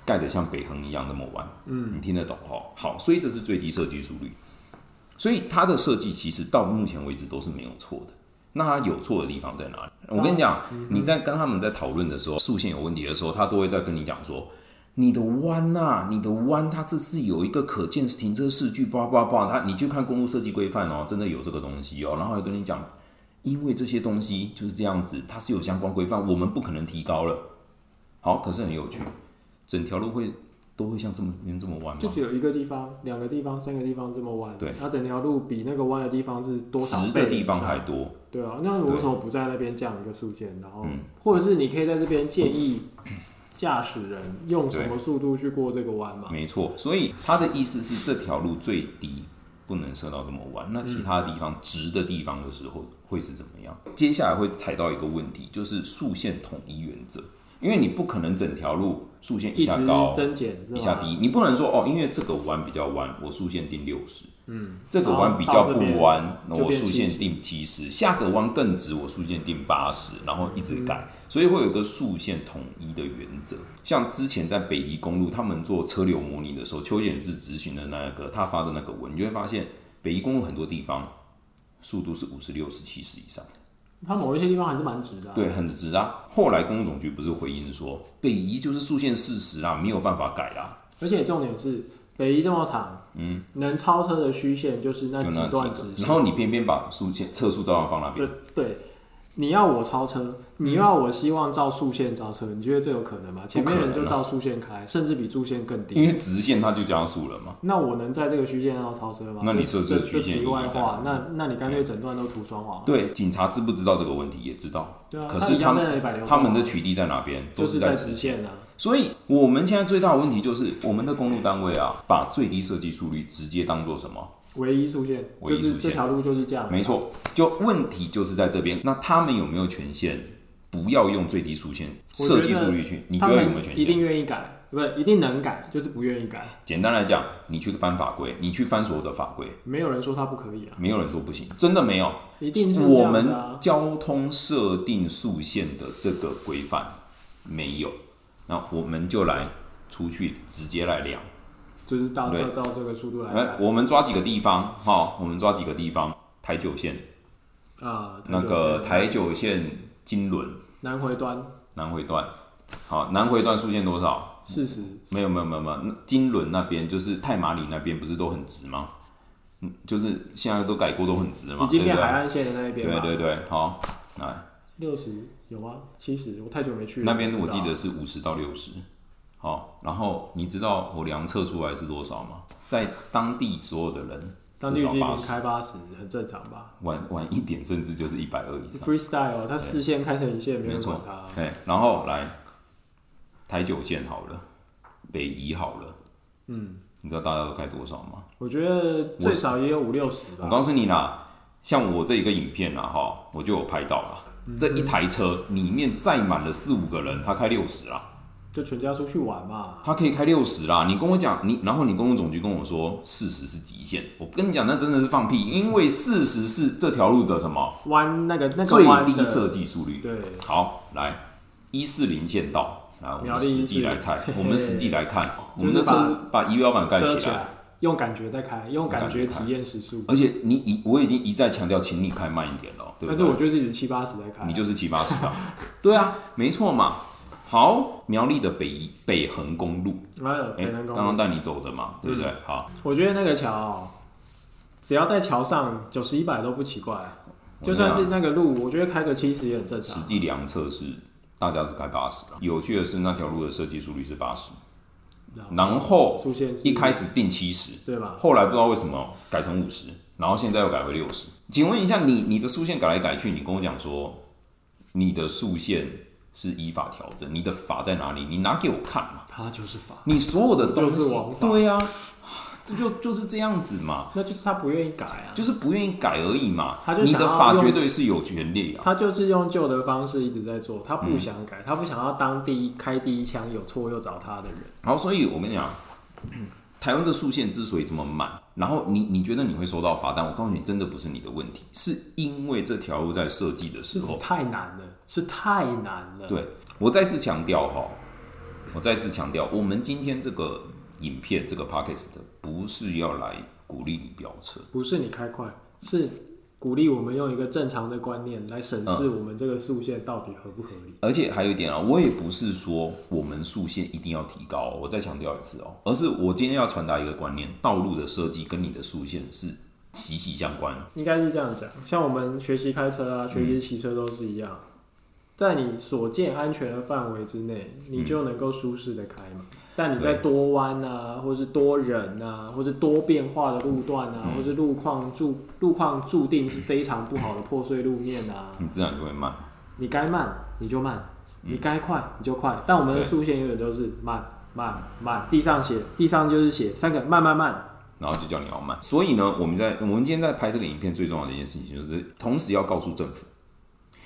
[SPEAKER 1] 盖得像北横一样那么弯。嗯，你听得懂哈？好，所以这是最低设计速率。所以它的设计其实到目前为止都是没有错的。那它有错的地方在哪里？我跟你讲，你在跟他们在讨论的时候，竖线有问题的时候，他都会在跟你讲说，你的弯呐、你的弯，啊它这是有一个可见停车视距，叭叭叭，它你去看公路设计规范哦，真的有这个东西哦，然后还跟你讲，因为这些东西就是这样子，它是有相关规范，我们不可能提高了。好，可是很有趣，整条路会都会像这么边这么弯
[SPEAKER 2] 就
[SPEAKER 1] 吗？
[SPEAKER 2] 只有一个地方、两个地方、三个地方这么弯，
[SPEAKER 1] 对，
[SPEAKER 2] 那整条路比那个弯的地方是多少
[SPEAKER 1] 直
[SPEAKER 2] 倍
[SPEAKER 1] 的地方
[SPEAKER 2] 以上
[SPEAKER 1] 还多，
[SPEAKER 2] 对啊，那我为
[SPEAKER 1] 对
[SPEAKER 2] 什么不在那边降一个速限？然后，
[SPEAKER 1] 嗯
[SPEAKER 2] 或者是你可以在这边建议驾驶人用什么
[SPEAKER 1] 对
[SPEAKER 2] 速度去过这个弯嘛？
[SPEAKER 1] 没错。所以他的意思是这条路最低不能设到这么
[SPEAKER 2] 嗯
[SPEAKER 1] 弯，那其他地方、直的地方的时候会是怎么样？接下来会踩到一个问题，就是竖线统一原则。因为你不可能整条路速线一
[SPEAKER 2] 一
[SPEAKER 1] 下
[SPEAKER 2] 直
[SPEAKER 1] 高
[SPEAKER 2] 增减，是吧
[SPEAKER 1] 一下低，你不能说哦，因为这个弯比较弯，我速线定六十，
[SPEAKER 2] 嗯，
[SPEAKER 1] 这个
[SPEAKER 2] 然
[SPEAKER 1] 弯
[SPEAKER 2] 后
[SPEAKER 1] 比较
[SPEAKER 2] 到这边
[SPEAKER 1] 不弯，那
[SPEAKER 2] 就
[SPEAKER 1] 我
[SPEAKER 2] 变
[SPEAKER 1] 速线
[SPEAKER 2] 70
[SPEAKER 1] 定七十，下个弯更直，我速线定八十，然后一
[SPEAKER 2] 嗯
[SPEAKER 1] 直改，所以会有一个速线统一的原则。像之前在北宜公路他们做车流模拟的时候，邱显志执行的那个他发的那个文，你就会发现北宜公路很多地方速度是五十六、十七十以上。
[SPEAKER 2] 它某一些地方还是蛮直的啊、
[SPEAKER 1] 对，很直啊。后来公路总局不是回应说，北移就是速限事实啦，啊没有办法改啦。
[SPEAKER 2] 而且重点是北宜这么长，嗯，能超车的虚线就是那
[SPEAKER 1] 就
[SPEAKER 2] 几
[SPEAKER 1] 那
[SPEAKER 2] 段
[SPEAKER 1] 几
[SPEAKER 2] 直
[SPEAKER 1] 个，
[SPEAKER 2] 线
[SPEAKER 1] 然，后你偏偏把速限测速照样放那边
[SPEAKER 2] 对，对，你要我超车，你要我希望照速线超车，你觉得这有可能吗？前面人就照速线开，甚至比速线更
[SPEAKER 1] 啊因
[SPEAKER 2] 低。
[SPEAKER 1] 为直线它就加速了嘛。
[SPEAKER 2] 那我能在这个虚线上超车吗？
[SPEAKER 1] 那你设置
[SPEAKER 2] 这
[SPEAKER 1] 的
[SPEAKER 2] 这这
[SPEAKER 1] 虚线
[SPEAKER 2] 题
[SPEAKER 1] 意义
[SPEAKER 2] 外
[SPEAKER 1] 在
[SPEAKER 2] 话，
[SPEAKER 1] 哪
[SPEAKER 2] 那那你干脆整段都涂双黄啊。
[SPEAKER 1] 对，警察知不知道这个问题也知道，
[SPEAKER 2] 对啊，
[SPEAKER 1] 可
[SPEAKER 2] 那
[SPEAKER 1] 是
[SPEAKER 2] 一样
[SPEAKER 1] 他
[SPEAKER 2] 在那里摆流
[SPEAKER 1] 他们
[SPEAKER 2] 光
[SPEAKER 1] 的
[SPEAKER 2] 啊
[SPEAKER 1] 取缔在哪边都
[SPEAKER 2] 就是
[SPEAKER 1] 在直
[SPEAKER 2] 直线啊，
[SPEAKER 1] 所以我们现在最大的问题就是，我们的公路单位啊，把最低设计速率直接当做什么？
[SPEAKER 2] 唯一速线，
[SPEAKER 1] 唯
[SPEAKER 2] 就
[SPEAKER 1] 一
[SPEAKER 2] 是
[SPEAKER 1] 速
[SPEAKER 2] 这
[SPEAKER 1] 线
[SPEAKER 2] 条路就是这样。
[SPEAKER 1] 没错，就问题就是在这边。那他们有没有权限？不要用最低速限
[SPEAKER 2] 我觉得
[SPEAKER 1] 设计速率去，你觉
[SPEAKER 2] 他
[SPEAKER 1] 得
[SPEAKER 2] 们
[SPEAKER 1] 有没有权限？
[SPEAKER 2] 一定愿意改，不是一定能改，就是不愿意改。
[SPEAKER 1] 简单来讲，你去翻法规，你去翻所有的法规，
[SPEAKER 2] 没有人说他不可以啊，
[SPEAKER 1] 没有人说不行，真的没有。
[SPEAKER 2] 一定是这
[SPEAKER 1] 我
[SPEAKER 2] 样的
[SPEAKER 1] 们
[SPEAKER 2] 啊。
[SPEAKER 1] 交通设定速限的这个规范没有，那我们就来出去直接来量。
[SPEAKER 2] 就是到
[SPEAKER 1] 对
[SPEAKER 2] 照照这个速度来
[SPEAKER 1] 哎，
[SPEAKER 2] 改
[SPEAKER 1] 我们抓几个地方哈、我们抓几个地方，台九线、
[SPEAKER 2] 啊。
[SPEAKER 1] 那个
[SPEAKER 2] 台
[SPEAKER 1] 台九线金轮
[SPEAKER 2] 南回端
[SPEAKER 1] 南回段，好，南回段速限多少？
[SPEAKER 2] 四十，
[SPEAKER 1] 没有没有没有没有，那金轮那边就是太马里那边不是都很直吗？嗯，就是现在都改过都很直了嘛，
[SPEAKER 2] 已经
[SPEAKER 1] 啊对
[SPEAKER 2] 变
[SPEAKER 1] 不对
[SPEAKER 2] 海岸线的那一边
[SPEAKER 1] 对
[SPEAKER 2] 吧？
[SPEAKER 1] 对对，好，来
[SPEAKER 2] 六十有吗？七十，我太久没去了。
[SPEAKER 1] 那边我
[SPEAKER 2] 不知
[SPEAKER 1] 记
[SPEAKER 2] 道
[SPEAKER 1] 得是五十到六十，好，然后你知道我量测出来是多少吗？在当地所有的人
[SPEAKER 2] 当
[SPEAKER 1] 至
[SPEAKER 2] 地
[SPEAKER 1] 少
[SPEAKER 2] 居民
[SPEAKER 1] 八十，
[SPEAKER 2] 开八十很正常吧
[SPEAKER 1] 晚晚一点甚至就是一百二以上，
[SPEAKER 2] ？Freestyle，它四线开成一线，没
[SPEAKER 1] 没
[SPEAKER 2] 人
[SPEAKER 1] 错
[SPEAKER 2] 管它。
[SPEAKER 1] 对，然后来台九线好了，北宜好了，嗯，你知道大家都开多少吗？
[SPEAKER 2] 我觉得最少也有五六十
[SPEAKER 1] 我
[SPEAKER 2] 吧。
[SPEAKER 1] 告诉你啦，像我这一个影片啦，哈，我就有拍到了，
[SPEAKER 2] 嗯
[SPEAKER 1] 这一台车里面载满了四五个人，他开六十啦，
[SPEAKER 2] 就全家出去玩嘛，
[SPEAKER 1] 他可以开六十啦。你跟我讲，你然后你公路总局跟我说四十是极限，我跟你讲，那真的是放屁，因为四十是这条路的什么
[SPEAKER 2] 弯那个那个
[SPEAKER 1] 最
[SPEAKER 2] 弯
[SPEAKER 1] 低
[SPEAKER 2] 的
[SPEAKER 1] 设计速率。
[SPEAKER 2] 对，
[SPEAKER 1] 好，来一四零县道。来，我
[SPEAKER 2] 苗
[SPEAKER 1] 们
[SPEAKER 2] 栗
[SPEAKER 1] 实际
[SPEAKER 2] 140
[SPEAKER 1] 来猜，我们实际来看，我
[SPEAKER 2] 就是
[SPEAKER 1] 们的
[SPEAKER 2] 把
[SPEAKER 1] 车把仪表板盖
[SPEAKER 2] 遮
[SPEAKER 1] 起
[SPEAKER 2] 起
[SPEAKER 1] 来，
[SPEAKER 2] 来，用感觉在开，用感觉
[SPEAKER 1] 用感觉开
[SPEAKER 2] 体验时速。
[SPEAKER 1] 而且你一我已经一再强调，请你开慢一点了，对不
[SPEAKER 2] 但
[SPEAKER 1] 对？
[SPEAKER 2] 是我就是一直七八十在开，
[SPEAKER 1] 你就是七八十 吧？对啊，没错嘛。好，苗栗的北宜北横公路，
[SPEAKER 2] 还有
[SPEAKER 1] 哎、
[SPEAKER 2] 北南
[SPEAKER 1] 刚
[SPEAKER 2] 公
[SPEAKER 1] 刚
[SPEAKER 2] 路。嗯
[SPEAKER 1] 带你走的嘛，对不对？好，
[SPEAKER 2] 我觉得那个桥哦，只要在桥上，九十一百都不奇怪。就算是那个路，我觉得开个七十也很正
[SPEAKER 1] 实
[SPEAKER 2] 常。
[SPEAKER 1] 际量测是大家是开八十了。有趣的是，那条路的设计速率是八十，然后
[SPEAKER 2] 出现
[SPEAKER 1] 哦一开始定七十，
[SPEAKER 2] 对吧？
[SPEAKER 1] 后来不知道为什么改成五十，然后现在又改回六十。请问一下你，你的速线改来改去，你跟我讲说你的速线是依法调整，你的法在哪里？你拿给我看嘛。
[SPEAKER 2] 他就是法，
[SPEAKER 1] 你所有的东
[SPEAKER 2] 就是
[SPEAKER 1] 西
[SPEAKER 2] 王，法
[SPEAKER 1] 对呀、啊，这就就是这样子嘛，
[SPEAKER 2] 那就是他不愿意改啊，
[SPEAKER 1] 就是不愿意改而已嘛
[SPEAKER 2] 他。就
[SPEAKER 1] 你
[SPEAKER 2] 想
[SPEAKER 1] 的
[SPEAKER 2] 要
[SPEAKER 1] 法
[SPEAKER 2] 用
[SPEAKER 1] 绝对是有权利啊，
[SPEAKER 2] 他就是用旧的方式一直在做，他不想改，他不想要当第一开第一枪有错又找他的人。
[SPEAKER 1] 然后所以我跟你讲，台湾的速线之所以这么慢，然后你你觉得你会收到罚单，我告诉你，真的不是你的问题，是因为这条路在设计的时
[SPEAKER 2] 是
[SPEAKER 1] 候，
[SPEAKER 2] 太难了，是太难了。
[SPEAKER 1] 对我再次强调哈，我再次强调，我们今天这个影片这个 podcast 不是要来鼓励你飙车。
[SPEAKER 2] 不是你开快，是鼓励我们用一个正常的观念来审视我们这个速线到底合不合理。
[SPEAKER 1] 而且还有一点啊，我也不是说我们速线一定要提高哦、我再强调一次哦，而是我今天要传达一个观念：道路的设计跟你的速线是息息相关。
[SPEAKER 2] 应该是这样讲，像我们学习开车啊，学习骑车都是一样，在你所见安全的范围之内，你就能够舒适的开嘛。但你在多弯啊，或是多人啊，或是多变化的路段啊，或是路况注路况注定是非常不好的破碎路面啊，
[SPEAKER 1] 你自然就会慢。
[SPEAKER 2] 你该慢你就慢，你该快你就快。但我们的
[SPEAKER 1] 对
[SPEAKER 2] 速线永远都是慢慢慢，地上写地上就是写三个慢慢慢，
[SPEAKER 1] 然后就叫你要慢，所以呢，我们在我们今天在拍这个影片，最重要的一件事情就是，同时要告诉政府，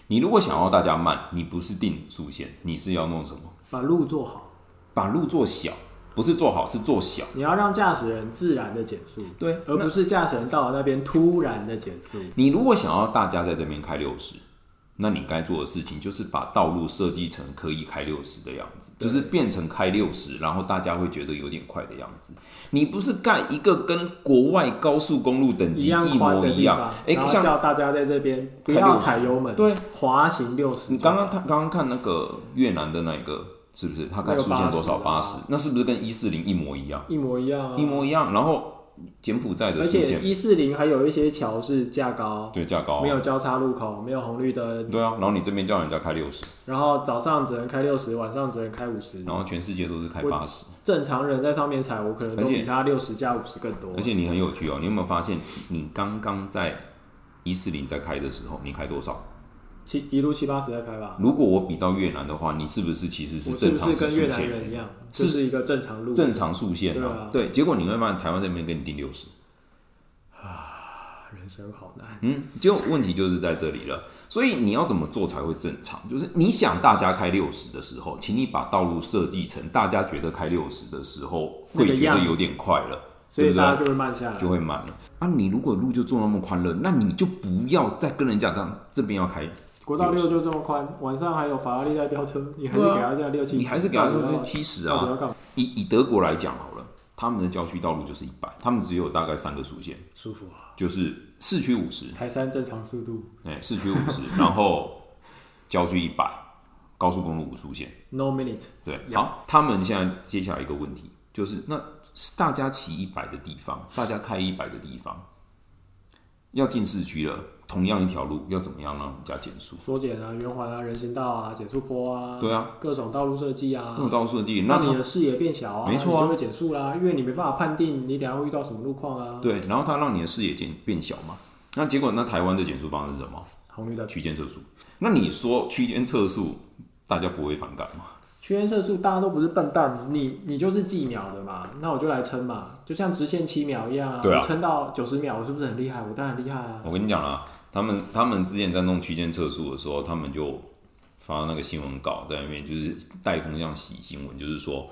[SPEAKER 1] 你如果想要大家慢，你不是定速限，你是要弄什么？
[SPEAKER 2] 把路做好，
[SPEAKER 1] 把路做小，不是做好，是做小。
[SPEAKER 2] 你要让驾驶人自然的减速，
[SPEAKER 1] 对
[SPEAKER 2] 而不是驾驶人到了那边突然的减速。
[SPEAKER 1] 你如果想要大家在这边开六十，那你该做的事情就是把道路设计成可以开六十的样子，
[SPEAKER 2] 对
[SPEAKER 1] 就是变成开六十，然后大家会觉得有点快的样子。你不是盖一个跟国外高速公路等级
[SPEAKER 2] 一样
[SPEAKER 1] 一
[SPEAKER 2] 宽
[SPEAKER 1] 模
[SPEAKER 2] 的
[SPEAKER 1] 一
[SPEAKER 2] 地
[SPEAKER 1] 样
[SPEAKER 2] 方，，
[SPEAKER 1] 哎、
[SPEAKER 2] 然后
[SPEAKER 1] 像
[SPEAKER 2] 叫大家在这边不
[SPEAKER 1] 开
[SPEAKER 2] 要
[SPEAKER 1] 六十
[SPEAKER 2] 踩油门，
[SPEAKER 1] 对，
[SPEAKER 2] 滑行六十。
[SPEAKER 1] 你刚刚看刚刚看那个越南的那一个，是不是他
[SPEAKER 2] 那
[SPEAKER 1] 看
[SPEAKER 2] 个
[SPEAKER 1] 出现多少
[SPEAKER 2] 80
[SPEAKER 1] 八
[SPEAKER 2] 啊
[SPEAKER 1] 十？那是不是跟一四零一模一样？
[SPEAKER 2] 一模一样啊，
[SPEAKER 1] 一模一样。然后柬埔寨的
[SPEAKER 2] 而
[SPEAKER 1] 出
[SPEAKER 2] 且
[SPEAKER 1] 现
[SPEAKER 2] 一四零还有一些桥是架高，
[SPEAKER 1] 对价高啊，
[SPEAKER 2] 没有交叉路口，没有红绿灯，
[SPEAKER 1] 对啊。然后你这边叫人家开六十，
[SPEAKER 2] 然后早上只能开六十，晚上只能开五十。
[SPEAKER 1] 然后全世界都是开
[SPEAKER 2] 我
[SPEAKER 1] 八十。
[SPEAKER 2] 正常人在上面踩，我可能都
[SPEAKER 1] 而且
[SPEAKER 2] 比他六十加五十更多
[SPEAKER 1] 而。且你很有趣哦，你有没有发现，你刚刚在一四零在开的时候，你开多少？
[SPEAKER 2] 七一路七八十在开吧，
[SPEAKER 1] 如果我比照越南的话，你是不是其实
[SPEAKER 2] 我是
[SPEAKER 1] 正
[SPEAKER 2] 不
[SPEAKER 1] 常
[SPEAKER 2] 是跟
[SPEAKER 1] 速
[SPEAKER 2] 越南
[SPEAKER 1] 限？
[SPEAKER 2] 人一样，
[SPEAKER 1] 是
[SPEAKER 2] 就是一个正常路？
[SPEAKER 1] 正常速限
[SPEAKER 2] 对啊
[SPEAKER 1] 对，结果你会发现台湾这边给你定六十，
[SPEAKER 2] 啊人生好难。
[SPEAKER 1] 嗯，就问题就是在这里了。所以你要怎么做才会正常？就是你想大家开六十的时候，请你把道路设计成大家觉得开六十的时候
[SPEAKER 2] 那个
[SPEAKER 1] 会觉
[SPEAKER 2] 样
[SPEAKER 1] 得
[SPEAKER 2] 子
[SPEAKER 1] 有点快了，
[SPEAKER 2] 所以
[SPEAKER 1] 对不对
[SPEAKER 2] 大家就会慢下来
[SPEAKER 1] 就。会慢了。啊，你如果路就做那么宽了，那你就不要再跟人家这样，这边要开
[SPEAKER 2] 国道六就这么宽，晚上还有法拉利在飙车，你还是
[SPEAKER 1] 对啊
[SPEAKER 2] 给他这样六七，
[SPEAKER 1] 你还是给他
[SPEAKER 2] 到
[SPEAKER 1] 就
[SPEAKER 2] 底
[SPEAKER 1] 是
[SPEAKER 2] 要
[SPEAKER 1] 七十
[SPEAKER 2] 到底
[SPEAKER 1] 啊。
[SPEAKER 2] 要干嘛？
[SPEAKER 1] 以以德国来讲好了，他们的郊区道路就是一百，他们只有大概三个速限，
[SPEAKER 2] 舒服啊！
[SPEAKER 1] 就是市区五十，
[SPEAKER 2] 台山正常速度
[SPEAKER 1] 哎，市区五 十，然后郊区一百，高速公路无速限。
[SPEAKER 2] ，no minute，
[SPEAKER 1] 对，好，他们现在接下来一个问题就是，那大家骑一百的地方，大家开一百的地方，要进市区了，同样一条路要怎么样让人家减速？
[SPEAKER 2] 缩减啊，圆环啊，人行道啊，减速坡啊，
[SPEAKER 1] 对啊，
[SPEAKER 2] 各种道路设计啊
[SPEAKER 1] 那，种道路设计，那
[SPEAKER 2] 那
[SPEAKER 1] 他
[SPEAKER 2] 你的视野变小啊，
[SPEAKER 1] 没错啊
[SPEAKER 2] 你就会减速啦，因为你没办法判定你等一下会遇到什么路况啊。，
[SPEAKER 1] 对，然后他让你的视野减变小嘛。那结果，那台湾的减速方式是什么？
[SPEAKER 2] 红绿灯
[SPEAKER 1] 区间测速。那你说区间测速，大家不会反感吗？
[SPEAKER 2] 区间测速，大家都不是笨蛋，你你就是计秒的嘛，那我就来撑嘛，就像直线七秒一样啊，
[SPEAKER 1] 对啊
[SPEAKER 2] 我撑到九十秒，我是不是很厉害？我当然厉害啊。
[SPEAKER 1] 我跟你讲啦，他们他们之前在弄区间测速的时候，他们就发那个新闻稿在那边，就是带风向洗新闻，就是说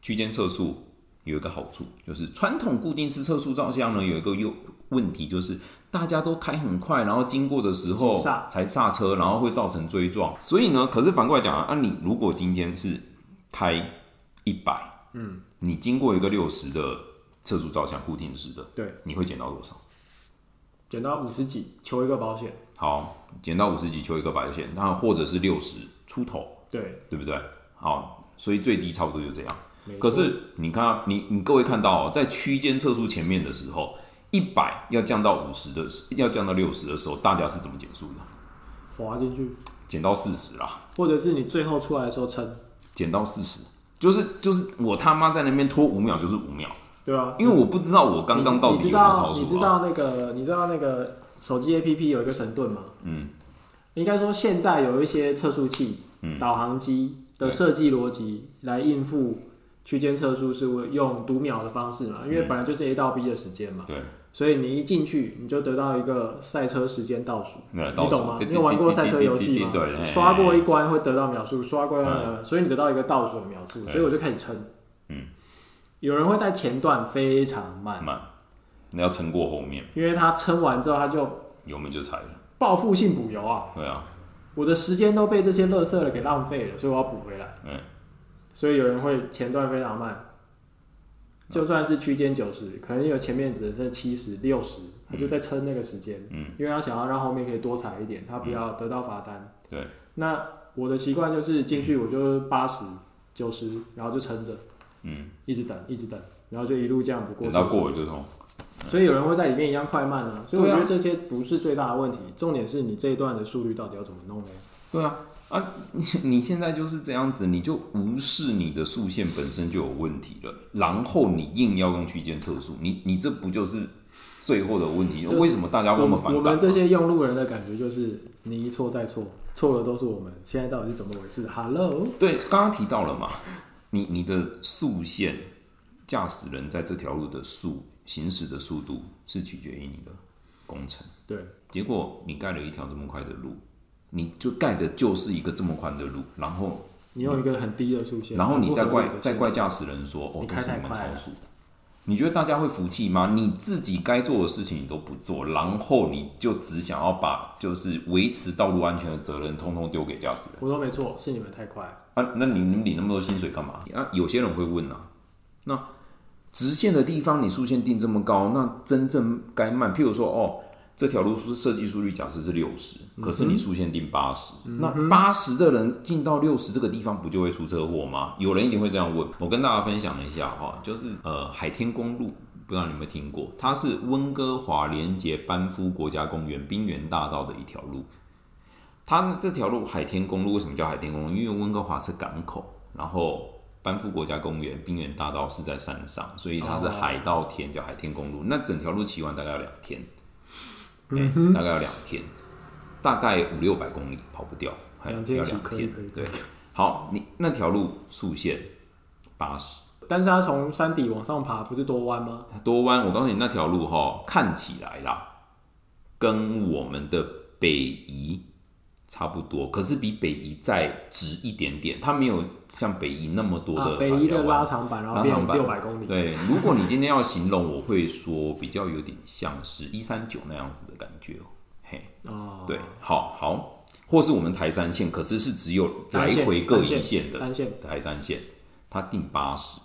[SPEAKER 1] 区间测速有一个好处，就是传统固定式测速照相呢有一个优问题，就是大家都开很快，然后经过的时候
[SPEAKER 2] 刹
[SPEAKER 1] 才刹车，然后会造成追撞。所以呢，可是反过来讲啊，啊你如果今天是开一百，嗯，你经过一个六十的测速照相固定式的，
[SPEAKER 2] 对，
[SPEAKER 1] 你会减到多少？
[SPEAKER 2] 减到五十几，求一个保险。
[SPEAKER 1] 好，减到五十几求一个白线，那或者是六十出头，
[SPEAKER 2] 对，
[SPEAKER 1] 对不对？好，所以最低差不多就这样。
[SPEAKER 2] 没
[SPEAKER 1] 可
[SPEAKER 2] 错
[SPEAKER 1] 是你看、啊，你你各位看到、哦，在区间测速前面的时候，一百要降到五十的时，要降到六十的时候，大家是怎么减速的？
[SPEAKER 2] 滑进去，
[SPEAKER 1] 减到四十啦，
[SPEAKER 2] 或者是你最后出来的时候撑，
[SPEAKER 1] 减到四十，就是就是我他妈在那边拖五秒就是五秒，
[SPEAKER 2] 对吧？
[SPEAKER 1] 因为我不知道我刚刚到
[SPEAKER 2] 你
[SPEAKER 1] 底
[SPEAKER 2] 知
[SPEAKER 1] 有没有
[SPEAKER 2] 道
[SPEAKER 1] 超
[SPEAKER 2] 你知
[SPEAKER 1] 速啊。
[SPEAKER 2] 道那个你知道那个手机 APP 有一个神盾吗？
[SPEAKER 1] 嗯，
[SPEAKER 2] 应该说现在有一些测速器、
[SPEAKER 1] 嗯
[SPEAKER 2] 导航机的设计逻辑来应付区间测速，是会用读秒的方式嘛？因为本来就是 A 到 B 的时间嘛，
[SPEAKER 1] 嗯对，
[SPEAKER 2] 所以你一进去你就得到一个赛车时间倒数。
[SPEAKER 1] 那
[SPEAKER 2] 你懂吗？你有玩过赛车游戏吗？
[SPEAKER 1] 对，
[SPEAKER 2] 刷过一关会得到秒数，刷过一关呢，所以你得到一个倒数的秒数，
[SPEAKER 1] 对
[SPEAKER 2] 所以我就开始撑。
[SPEAKER 1] 嗯，
[SPEAKER 2] 有人会在前段非常慢，
[SPEAKER 1] 慢，你要撑过后面，
[SPEAKER 2] 因为他撑完之后他就
[SPEAKER 1] 油门就踩了，
[SPEAKER 2] 报复性补油啊，
[SPEAKER 1] 对啊。
[SPEAKER 2] 我的时间都被这些垃圾了给浪费了，所以我要补回来。
[SPEAKER 1] 嗯，
[SPEAKER 2] 所以有人会前段非常慢，
[SPEAKER 1] 嗯
[SPEAKER 2] 就算是区间九十，可能有前面只剩七十六十，他就在撑那个时间，
[SPEAKER 1] 嗯，
[SPEAKER 2] 因为他想要让后面可以多踩一点，他不要得到罚单。
[SPEAKER 1] 对，
[SPEAKER 2] 那我的习惯就是进去我就八十九十，然后就撑着，
[SPEAKER 1] 嗯，
[SPEAKER 2] 一直等，一直等，然后就一路这样子过。
[SPEAKER 1] 等到过了就冲。
[SPEAKER 2] 所以有人会在里面一样快慢啊，所以我
[SPEAKER 1] 对
[SPEAKER 2] 觉
[SPEAKER 1] 啊
[SPEAKER 2] 得这些不是最大的问题，重点是你这一段的速率到底要怎么弄呢？
[SPEAKER 1] 对啊，啊，你你现在就是这样子，你就无视你的速线本身就有问题了，然后你硬要用区间测速，你你这不就是最后的问题？
[SPEAKER 2] 这
[SPEAKER 1] 为什么大家会那么
[SPEAKER 2] 我
[SPEAKER 1] 反
[SPEAKER 2] 们
[SPEAKER 1] 感？啊
[SPEAKER 2] 这些用路人的感觉就是，你一错再错，错的都是我们。现在到底是怎么回事？Hello，
[SPEAKER 1] 对，刚刚提到了嘛，你你的速线，驾驶人在这条路的速行驶的速度是取决于你的工程。
[SPEAKER 2] 对，
[SPEAKER 1] 结果你盖了一条这么快的路，你就盖的就是一个这么宽的路，然后
[SPEAKER 2] 你用一个很低的速限，
[SPEAKER 1] 然后你再
[SPEAKER 2] 不合理
[SPEAKER 1] 怪
[SPEAKER 2] 的
[SPEAKER 1] 再
[SPEAKER 2] 限
[SPEAKER 1] 怪
[SPEAKER 2] 制
[SPEAKER 1] 驾驶人说哦
[SPEAKER 2] 你，
[SPEAKER 1] 都
[SPEAKER 2] 开
[SPEAKER 1] 是
[SPEAKER 2] 太
[SPEAKER 1] 你们
[SPEAKER 2] 快
[SPEAKER 1] 超
[SPEAKER 2] 了
[SPEAKER 1] 速的，你觉得大家会服气吗？你自己该做的事情你都不做，然后你就只想要把就是维持道路安全的责任通通丢给驾驶人
[SPEAKER 2] 我都没错，是你们太快。
[SPEAKER 1] 啊？那你你领那么多薪水干嘛？啊，有些人会问啊，那直线的地方你速限定这么高，那真正该慢，譬如说哦。这条路是设计速率假设是六十，可是你速限定八十、那八十的人进到六十这个地方，不就会出车祸吗？有人一定会这样问。我跟大家分享一下哈，就是呃海天公路，不知道你有没有听过，它是温哥华连接班夫国家公园冰原大道的一条路。它这条路海天公路为什么叫海天公路？因为温哥华是港口，然后班夫国家公园冰原大道是在山上，所以它是
[SPEAKER 2] 哦
[SPEAKER 1] 海到天，叫海天公路。那整条路骑完大概要两天。嗯、大概要两天，大概五六百公里跑不掉，还要
[SPEAKER 2] 两天
[SPEAKER 1] 哎要
[SPEAKER 2] 起
[SPEAKER 1] 两
[SPEAKER 2] 可以
[SPEAKER 1] 天
[SPEAKER 2] 可以。可
[SPEAKER 1] 对，好，你那条路速限八十
[SPEAKER 2] 但是它从山底往上爬，不是多弯吗？
[SPEAKER 1] 多弯，我告诉你那条路哈，看起来啦，跟我们的北宜差不多，可是比北宜再直一点点，它没有像北宜那么多
[SPEAKER 2] 啊
[SPEAKER 1] 的，
[SPEAKER 2] 北
[SPEAKER 1] 发
[SPEAKER 2] 一
[SPEAKER 1] 夹
[SPEAKER 2] 的
[SPEAKER 1] 弯
[SPEAKER 2] 拉。长版，然后
[SPEAKER 1] 拉长
[SPEAKER 2] 变
[SPEAKER 1] 版
[SPEAKER 2] 六百公里。
[SPEAKER 1] 对，如果你今天要形容，我会说比较有点像是一三九那样子的感觉哦，嘿。
[SPEAKER 2] 哦，
[SPEAKER 1] 对，好好，或是我们台三线，可是是只有来
[SPEAKER 2] 单线
[SPEAKER 1] 回各
[SPEAKER 2] 单
[SPEAKER 1] 一线的
[SPEAKER 2] 单线
[SPEAKER 1] 台三线，它定八十。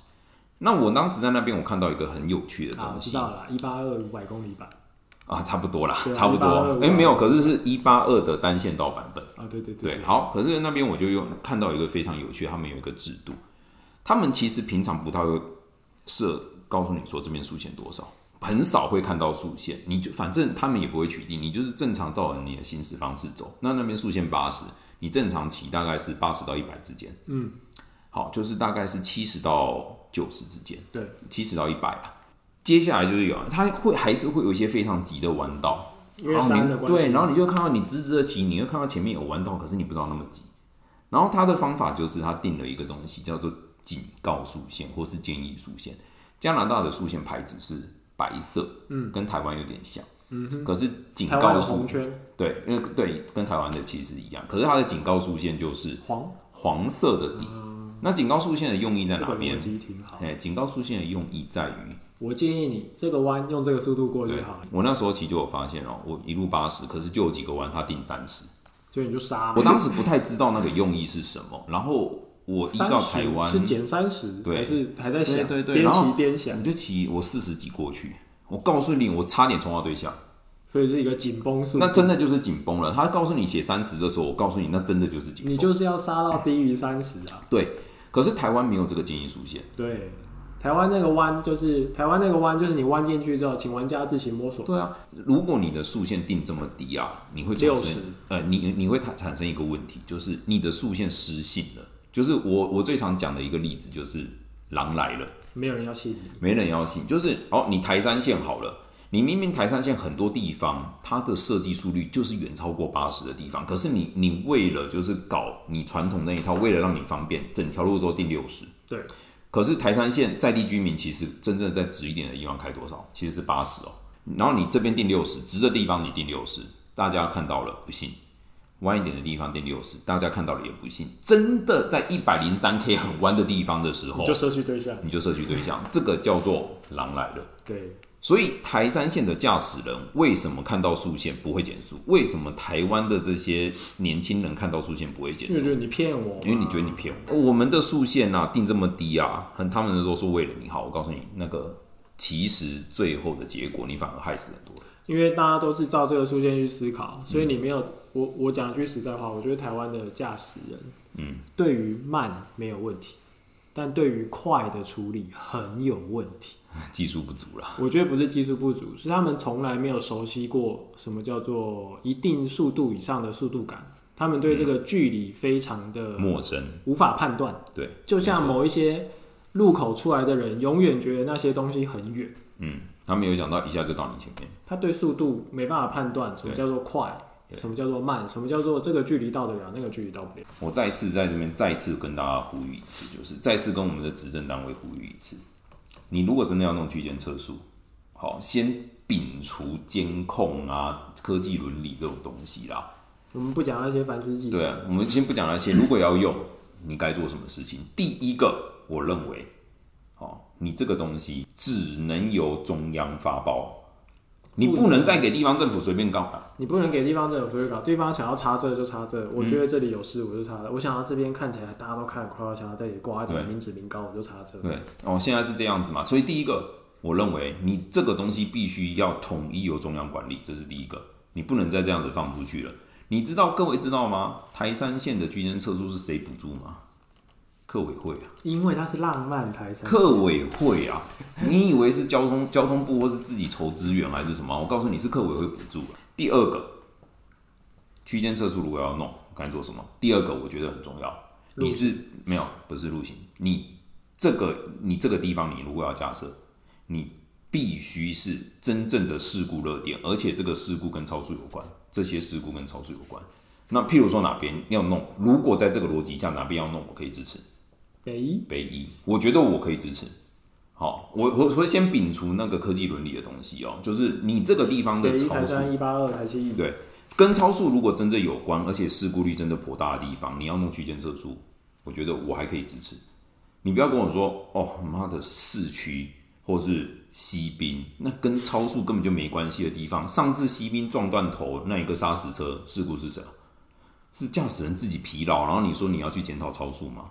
[SPEAKER 1] 那我当时在那边，我看到一个很有趣的
[SPEAKER 2] 啊，我
[SPEAKER 1] 东
[SPEAKER 2] 知
[SPEAKER 1] 西
[SPEAKER 2] 道了，一八二五百公里版
[SPEAKER 1] 啊，差不多啦
[SPEAKER 2] 对，啊
[SPEAKER 1] 差不多。
[SPEAKER 2] 182
[SPEAKER 1] 哎，没有，可是是一八二的单线道版本。
[SPEAKER 2] 啊，对对
[SPEAKER 1] 对，
[SPEAKER 2] 对，
[SPEAKER 1] 好，可是那边我就有看到一个非常有趣，他们有一个制度，他们其实平常不太会设告诉你说这边速限多少，很少会看到速限，你就反正他们也不会取缔，你就是正常照着你的行驶方式走。那那边速限八十，你正常骑大概是八十到一百之间，嗯，好，就是大概是七十到九十之间，
[SPEAKER 2] 对，
[SPEAKER 1] 七十到一百啊。接下来就是有，它会还是会有一些非常急的弯道，
[SPEAKER 2] 因为
[SPEAKER 1] 然后
[SPEAKER 2] 山
[SPEAKER 1] 你
[SPEAKER 2] 的关系，
[SPEAKER 1] 哦对，然后你就看到你直直的骑，你会看到前面有弯道，可是你不知道那么急。然后他的方法就是他定了一个东西叫做警告速线或是建议速线。加拿大的速线牌子是白色，嗯，跟台湾有点像，嗯，可是警
[SPEAKER 2] 台湾
[SPEAKER 1] 告
[SPEAKER 2] 的
[SPEAKER 1] 速
[SPEAKER 2] 红圈
[SPEAKER 1] 对，因为对跟台湾的其实一样，可是它的警告速线就是
[SPEAKER 2] 黄，
[SPEAKER 1] 黄色的底。那警告速线的用意在
[SPEAKER 2] 嗯这
[SPEAKER 1] 哪
[SPEAKER 2] 个逻
[SPEAKER 1] 边？
[SPEAKER 2] 辑挺好。
[SPEAKER 1] 哎，警告速线的用意在于
[SPEAKER 2] 我建议你这个弯用这个速度过就
[SPEAKER 1] 对
[SPEAKER 2] 好了，，
[SPEAKER 1] 我那时候骑就有发现哦，我一路八十，可是就有几个弯它定三十。
[SPEAKER 2] 所以你就杀嘛。
[SPEAKER 1] 我当时不太知道那个用意是什么，然后我依照台湾
[SPEAKER 2] 30，是减三十，
[SPEAKER 1] 对
[SPEAKER 2] 还是还在想？
[SPEAKER 1] 对对对
[SPEAKER 2] 边
[SPEAKER 1] 然后
[SPEAKER 2] 骑边想，
[SPEAKER 1] 你就骑我四十几过去，我告诉你，我差点冲到对象，
[SPEAKER 2] 所以是一个紧绷速度。
[SPEAKER 1] 那真的就是紧绷了。他告诉你写三十的时候，我告诉你，那真的就是紧绷。
[SPEAKER 2] 你就是要杀到低于三十啊。
[SPEAKER 1] 对，可是台湾没有这个建议速线，
[SPEAKER 2] 对，台湾那个弯就是台湾那个弯，就是你弯进去之后，请玩家自行摸索。
[SPEAKER 1] 对啊，如果你的速限定这么低啊，你会产
[SPEAKER 2] 六
[SPEAKER 1] 生
[SPEAKER 2] 十，
[SPEAKER 1] 呃，你你会产产生一个问题，就是你的速限失信了。就是我我最常讲的一个例子，就是狼来了。
[SPEAKER 2] 没有人要信你。
[SPEAKER 1] 没人要信。就是哦，你台山线好了，你明明台山线很多地方它的设计速率就是远超过八十的地方，可是你你为了就是搞你传统那一套，为了让你方便，整条路都定六十。
[SPEAKER 2] 对，
[SPEAKER 1] 可是台山线在地居民其实真正在直一点的地方开多少？其实是八十哦。然后你这边定六十，直的地方你定六十，大家看到了不信；弯一点的地方定六十，大家看到了也不信。真的在一百零三 K 很弯的地方的时候，
[SPEAKER 2] 你就失去对象。
[SPEAKER 1] 你就社区对象，这个叫做狼来了。
[SPEAKER 2] 对，
[SPEAKER 1] 所以台山线的驾驶人为什么看到速线不会减速？为什么台湾的这些年轻人看到速线不会减
[SPEAKER 2] 因为
[SPEAKER 1] 速？
[SPEAKER 2] 觉得你骗我嘛，
[SPEAKER 1] 因为你觉得你骗我，我们的速线啊定这么低啊，很他们都说为了你好，我告诉你那个其实最后的结果你反而害死很多人。
[SPEAKER 2] 因为大家都是照这个数线去思考，所以你没有、我我讲句实在话，我觉得台湾的驾驶人，嗯，对于慢没有问题，但对于快的处理很有问题。
[SPEAKER 1] 技术不足啦，
[SPEAKER 2] 我觉得不是技术不足，是他们从来没有熟悉过什么叫做一定速度以上的速度感，他们对这个距离非常的
[SPEAKER 1] 陌生
[SPEAKER 2] 无法判断。
[SPEAKER 1] 对，
[SPEAKER 2] 就像某一些路口出来的人，永远觉得那些东西很远。
[SPEAKER 1] 嗯，他没有想到一下就到你前面，
[SPEAKER 2] 他对速度没办法判断什么叫做快，
[SPEAKER 1] 对
[SPEAKER 2] 什么叫做慢，什么叫做这个距离到得了，那个距离到不了。
[SPEAKER 1] 我再次在这边再次跟大家呼吁一次，就是再次跟我们的执政单位呼吁一次：你如果真的要弄区间测速，好，先摒除监控啊、科技伦理这种东西啦，
[SPEAKER 2] 我们不讲那些凡事技巧
[SPEAKER 1] 对，啊，我们先不讲那些，如果要用，你该做什么事情？第一个，我认为，哦，你这个东西只能由中央发包，你不能再给地方政府随便搞了。
[SPEAKER 2] 你不能给地方政府推搞，对方想要插这就插
[SPEAKER 1] 嗯
[SPEAKER 2] 这，我觉得这里有事我就插这，我想要这边看起来大家都看得快，我想要这里挂一点
[SPEAKER 1] 对
[SPEAKER 2] 民脂民膏我就插这。
[SPEAKER 1] 对，哦，现在是这样子嘛，所以第一个，我认为你这个东西必须要统一由中央管理，这是第一个，你不能再这样子放出去了。你知道各位知道吗？台山县的居间厕所是谁补助吗？客委会啊。
[SPEAKER 2] 因为它是浪漫台山，
[SPEAKER 1] 客委会啊，你以为是交通交通部或是自己筹资源还是什么？我告诉你是客委会补助。第二个，区间测速如果要弄，该做什么？第二个我觉得很重要，
[SPEAKER 2] 路
[SPEAKER 1] 你是没有不是路行，你这个你这个地方你如果要架设，你必须是真正的事故热点，而且这个事故跟超速有关，这些事故跟超速有关。那譬如说哪边要弄，如果在这个逻辑下哪边要弄，我可以支持。
[SPEAKER 2] 北一
[SPEAKER 1] 北一，我觉得我可以支持。好，我我我会先摒除那个科技伦理的东西哦，就是你这个地方
[SPEAKER 2] 北
[SPEAKER 1] 的
[SPEAKER 2] 一
[SPEAKER 1] 超
[SPEAKER 2] 台
[SPEAKER 1] 速，
[SPEAKER 2] 山一八二台七
[SPEAKER 1] 对，跟超速如果真的有关，而且事故率真的颇大的地方，你要弄区间测速，我觉得我还可以支持。你不要跟我说哦，妈的市区或是西滨，那跟超速根本就没关系的地方。上次西滨撞断头那一个砂石车事故是谁啊？是驾驶人自己疲劳，然后你说你要去检讨超速吗？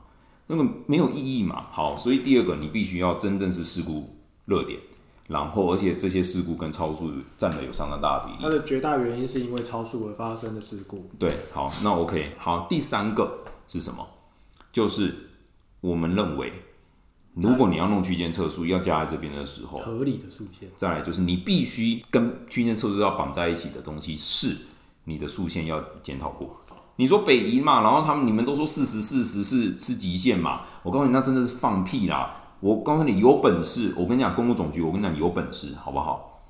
[SPEAKER 1] 那个没有意义嘛。好，所以第二个你必须要真正是事故热点，然后而且这些事故跟超速占的有相当大的比例
[SPEAKER 2] 它。的绝大原因是因为超速而发生的事故。
[SPEAKER 1] 对，好，那 OK，好，第三个是什么？就是我们认为，如果你要弄区间测速，要加在这边的时候，
[SPEAKER 2] 合理的速限，
[SPEAKER 1] 再来就是你必须跟区间测速要绑在一起的东西是你的速限要检讨过。你说北移嘛，然后他们你们都说四十四十是是极限嘛，我告诉你那真的是放屁啦！我告诉你有本事，我跟你讲公路总局，我跟你讲有本事好不好？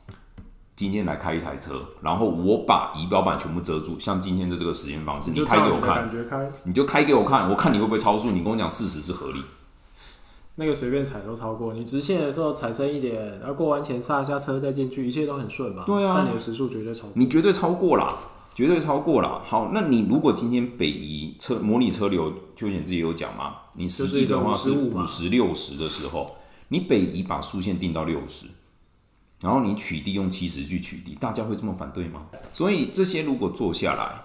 [SPEAKER 1] 今天来开一台车，然后我把仪表板全部遮住，像今天的这个实验方式，你
[SPEAKER 2] 就
[SPEAKER 1] 开
[SPEAKER 2] 照
[SPEAKER 1] 给
[SPEAKER 2] 你
[SPEAKER 1] 我
[SPEAKER 2] 的
[SPEAKER 1] 看，
[SPEAKER 2] 感觉开，
[SPEAKER 1] 你就开给我看，我看你会不会超速。你跟我讲四十是合理，
[SPEAKER 2] 那个随便踩都超过。你直线的时候踩深一点，然后过完前刹一下车再进去，一切都很顺嘛。
[SPEAKER 1] 对啊
[SPEAKER 2] 但你的时速绝对超过。
[SPEAKER 1] 你绝对超过啦，绝对超过啦。好，那你如果今天北移车模拟车流，邱显自己有讲嘛，你实际的话
[SPEAKER 2] 就是是一个55
[SPEAKER 1] 五
[SPEAKER 2] 嘛
[SPEAKER 1] 十六十的时候，你北移把速限定到六十，然后你取缔用七十去取缔，大家会这么反对吗？所以这些如果做下来，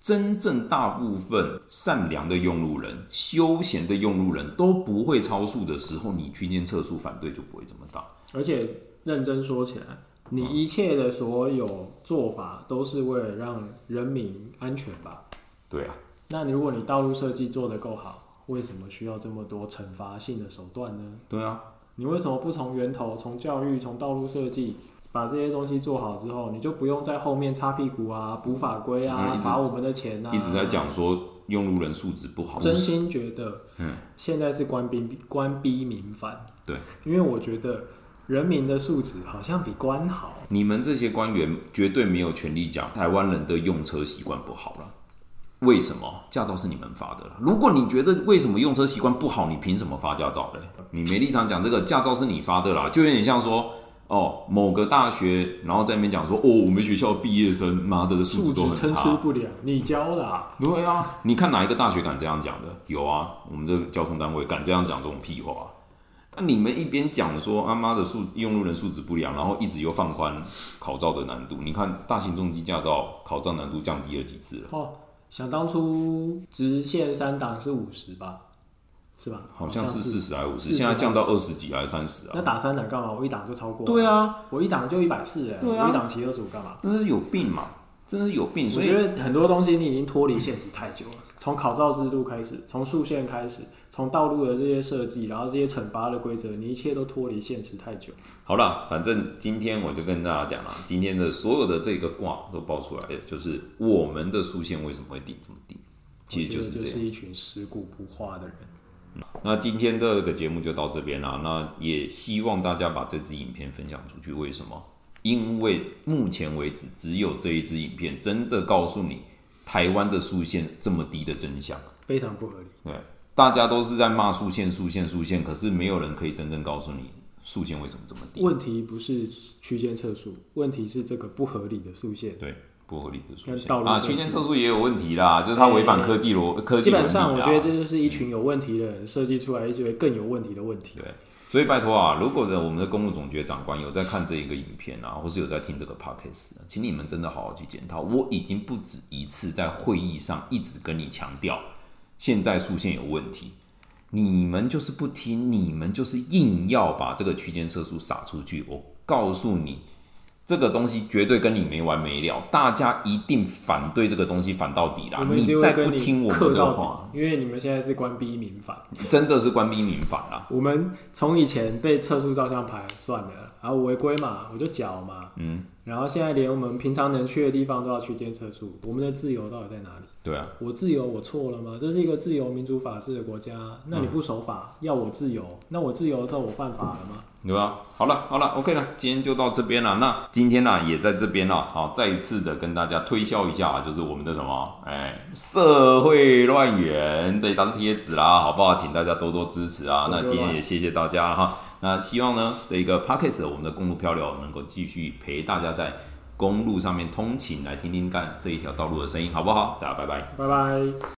[SPEAKER 1] 真正大部分善良的用路人、休闲的用路人都不会超速的时候，你区间测速反对就不会这么大。
[SPEAKER 2] 而且认真说起来，你一切的所有做法都是为了让人民安全吧？
[SPEAKER 1] 对啊，
[SPEAKER 2] 那如果你道路设计做得够好，为什么需要这么多惩罚性的手段呢？
[SPEAKER 1] 对啊。
[SPEAKER 2] 你为什么不从源头、从教育、从道路设计，把这些东西做好之后，你就不用在后面擦屁股啊、补法规啊
[SPEAKER 1] 嗯一、直
[SPEAKER 2] 罚、我们的钱啊？
[SPEAKER 1] 一直在。讲说用路人素质不好，
[SPEAKER 2] 真心觉得，
[SPEAKER 1] 嗯，
[SPEAKER 2] 现在是官兵官逼民反。
[SPEAKER 1] 对，
[SPEAKER 2] 因为我觉得人民的素质好像比官好。
[SPEAKER 1] 你们这些官员绝对没有权利讲台湾人的用车习惯不好了。为什么驾照是你们发的啦？如果你觉得为什么用车习惯不好，你凭什么发驾照嘞？你没立场讲这个驾照是你发的啦，就有点像说哦某个大学，然后在那边讲说哦我们学校毕业生妈的素
[SPEAKER 2] 素
[SPEAKER 1] 质
[SPEAKER 2] 质
[SPEAKER 1] 都很
[SPEAKER 2] 参
[SPEAKER 1] 差，
[SPEAKER 2] 差不良，你教的、啊，
[SPEAKER 1] 对啊，你看哪一个大学敢这样讲的？有啊，我们这个交通单位敢这样讲这种屁话、啊。那、你们一边讲说他妈的素用路人素质不良，然后一直又放宽考照的难度。你看大型重机驾照考照难度降低了几次了？
[SPEAKER 2] 哦，想当初直线三档是五十吧，是吧？
[SPEAKER 1] 好像是四十还五十，
[SPEAKER 2] 40
[SPEAKER 1] 现在降到二十几还是三十啊？
[SPEAKER 2] 那打三档干嘛？我一档就超过。
[SPEAKER 1] 对，啊，
[SPEAKER 2] 我一档就一百四哎，
[SPEAKER 1] 对啊
[SPEAKER 2] 我一档骑二十五干嘛？
[SPEAKER 1] 那是有病嘛，真的是有病。
[SPEAKER 2] 我
[SPEAKER 1] 所以
[SPEAKER 2] 觉得很多东西你已经脱离现实太久了，从考照制度开始，从速限开始，从道路的这些设计，然后这些惩罚的规则，你一切都脱离现实太久。
[SPEAKER 1] 好了，反正今天我就跟大家讲了，今天的所有的这个卦都爆出来了，就是我们的速线为什么会定这么低，其实
[SPEAKER 2] 我
[SPEAKER 1] 就
[SPEAKER 2] 觉
[SPEAKER 1] 是
[SPEAKER 2] 得
[SPEAKER 1] 这
[SPEAKER 2] 就
[SPEAKER 1] 样
[SPEAKER 2] 是。一群食古不化的人。
[SPEAKER 1] 那今天这个节目就到这边啦。那也希望大家把这支影片分享出去。为什么？因为目前为止，只有这一支影片真的告诉你台湾的速线这么低的真相。
[SPEAKER 2] 非常不合理，
[SPEAKER 1] 对，大家都是在骂速线、速线、速线，可是没有人可以真正告诉你速线为什么这么低。
[SPEAKER 2] 问题不是区间测速，问题是这个不合理的速限。
[SPEAKER 1] 对，不合理的出
[SPEAKER 2] 跟
[SPEAKER 1] 现
[SPEAKER 2] 道路
[SPEAKER 1] 啊，
[SPEAKER 2] 设
[SPEAKER 1] 区间
[SPEAKER 2] 计
[SPEAKER 1] 测速也有问题啦，就是它违反科技逻科技
[SPEAKER 2] 基
[SPEAKER 1] 伦
[SPEAKER 2] 本
[SPEAKER 1] 理
[SPEAKER 2] 上，我
[SPEAKER 1] 啦
[SPEAKER 2] 觉得这就是一群有问题的人设计出来一堆更有问题的问题。
[SPEAKER 1] 对，所以拜托啊，如果呢我们的公路总局的长官有在看这一个影片啊，或是有在听这个 podcast，啊请你们真的好好去检讨。我已经不止一次在会议上一直跟你强调，现在速线有问题，你们就是不听，你们就是硬要把这个区间测速撒出去。我告诉你。这个东西绝对跟你没完没了，大家一定反对这个东西反到底啦！
[SPEAKER 2] 我们一
[SPEAKER 1] 你
[SPEAKER 2] 定会
[SPEAKER 1] 再
[SPEAKER 2] 跟
[SPEAKER 1] 不听我
[SPEAKER 2] 克
[SPEAKER 1] 们的话，
[SPEAKER 2] 到底，因为你们现在是官逼民反。
[SPEAKER 1] 真的是官逼民反啊啦！
[SPEAKER 2] 我们从以前被测速照相牌算了，然后违规嘛，我就缴嘛，嗯，然后现在连我们平常能去的地方都要去监测速，我们的自由到底在哪里？
[SPEAKER 1] 对啊，
[SPEAKER 2] 我自由，我错了吗？这是一个自由民主法治的国家，那你不守法，要我自由，那我自由的时候我犯法了吗？
[SPEAKER 1] 对吧？好了，好了，OK 了，今天就到这边了。那今天呢、也在这边了，好，再一次的跟大家推销一下啊，就是我们的什么，哎，社会乱源这一张贴纸啦，好不好？请大家多多支持啊。那今天也谢谢大家哈。那希望呢，这个 p a c k a s e 我们的公路漂流能够继续陪大家在公路上面通勤，来听听看这一条道路的声音，好不好？大家拜拜。
[SPEAKER 2] 拜拜。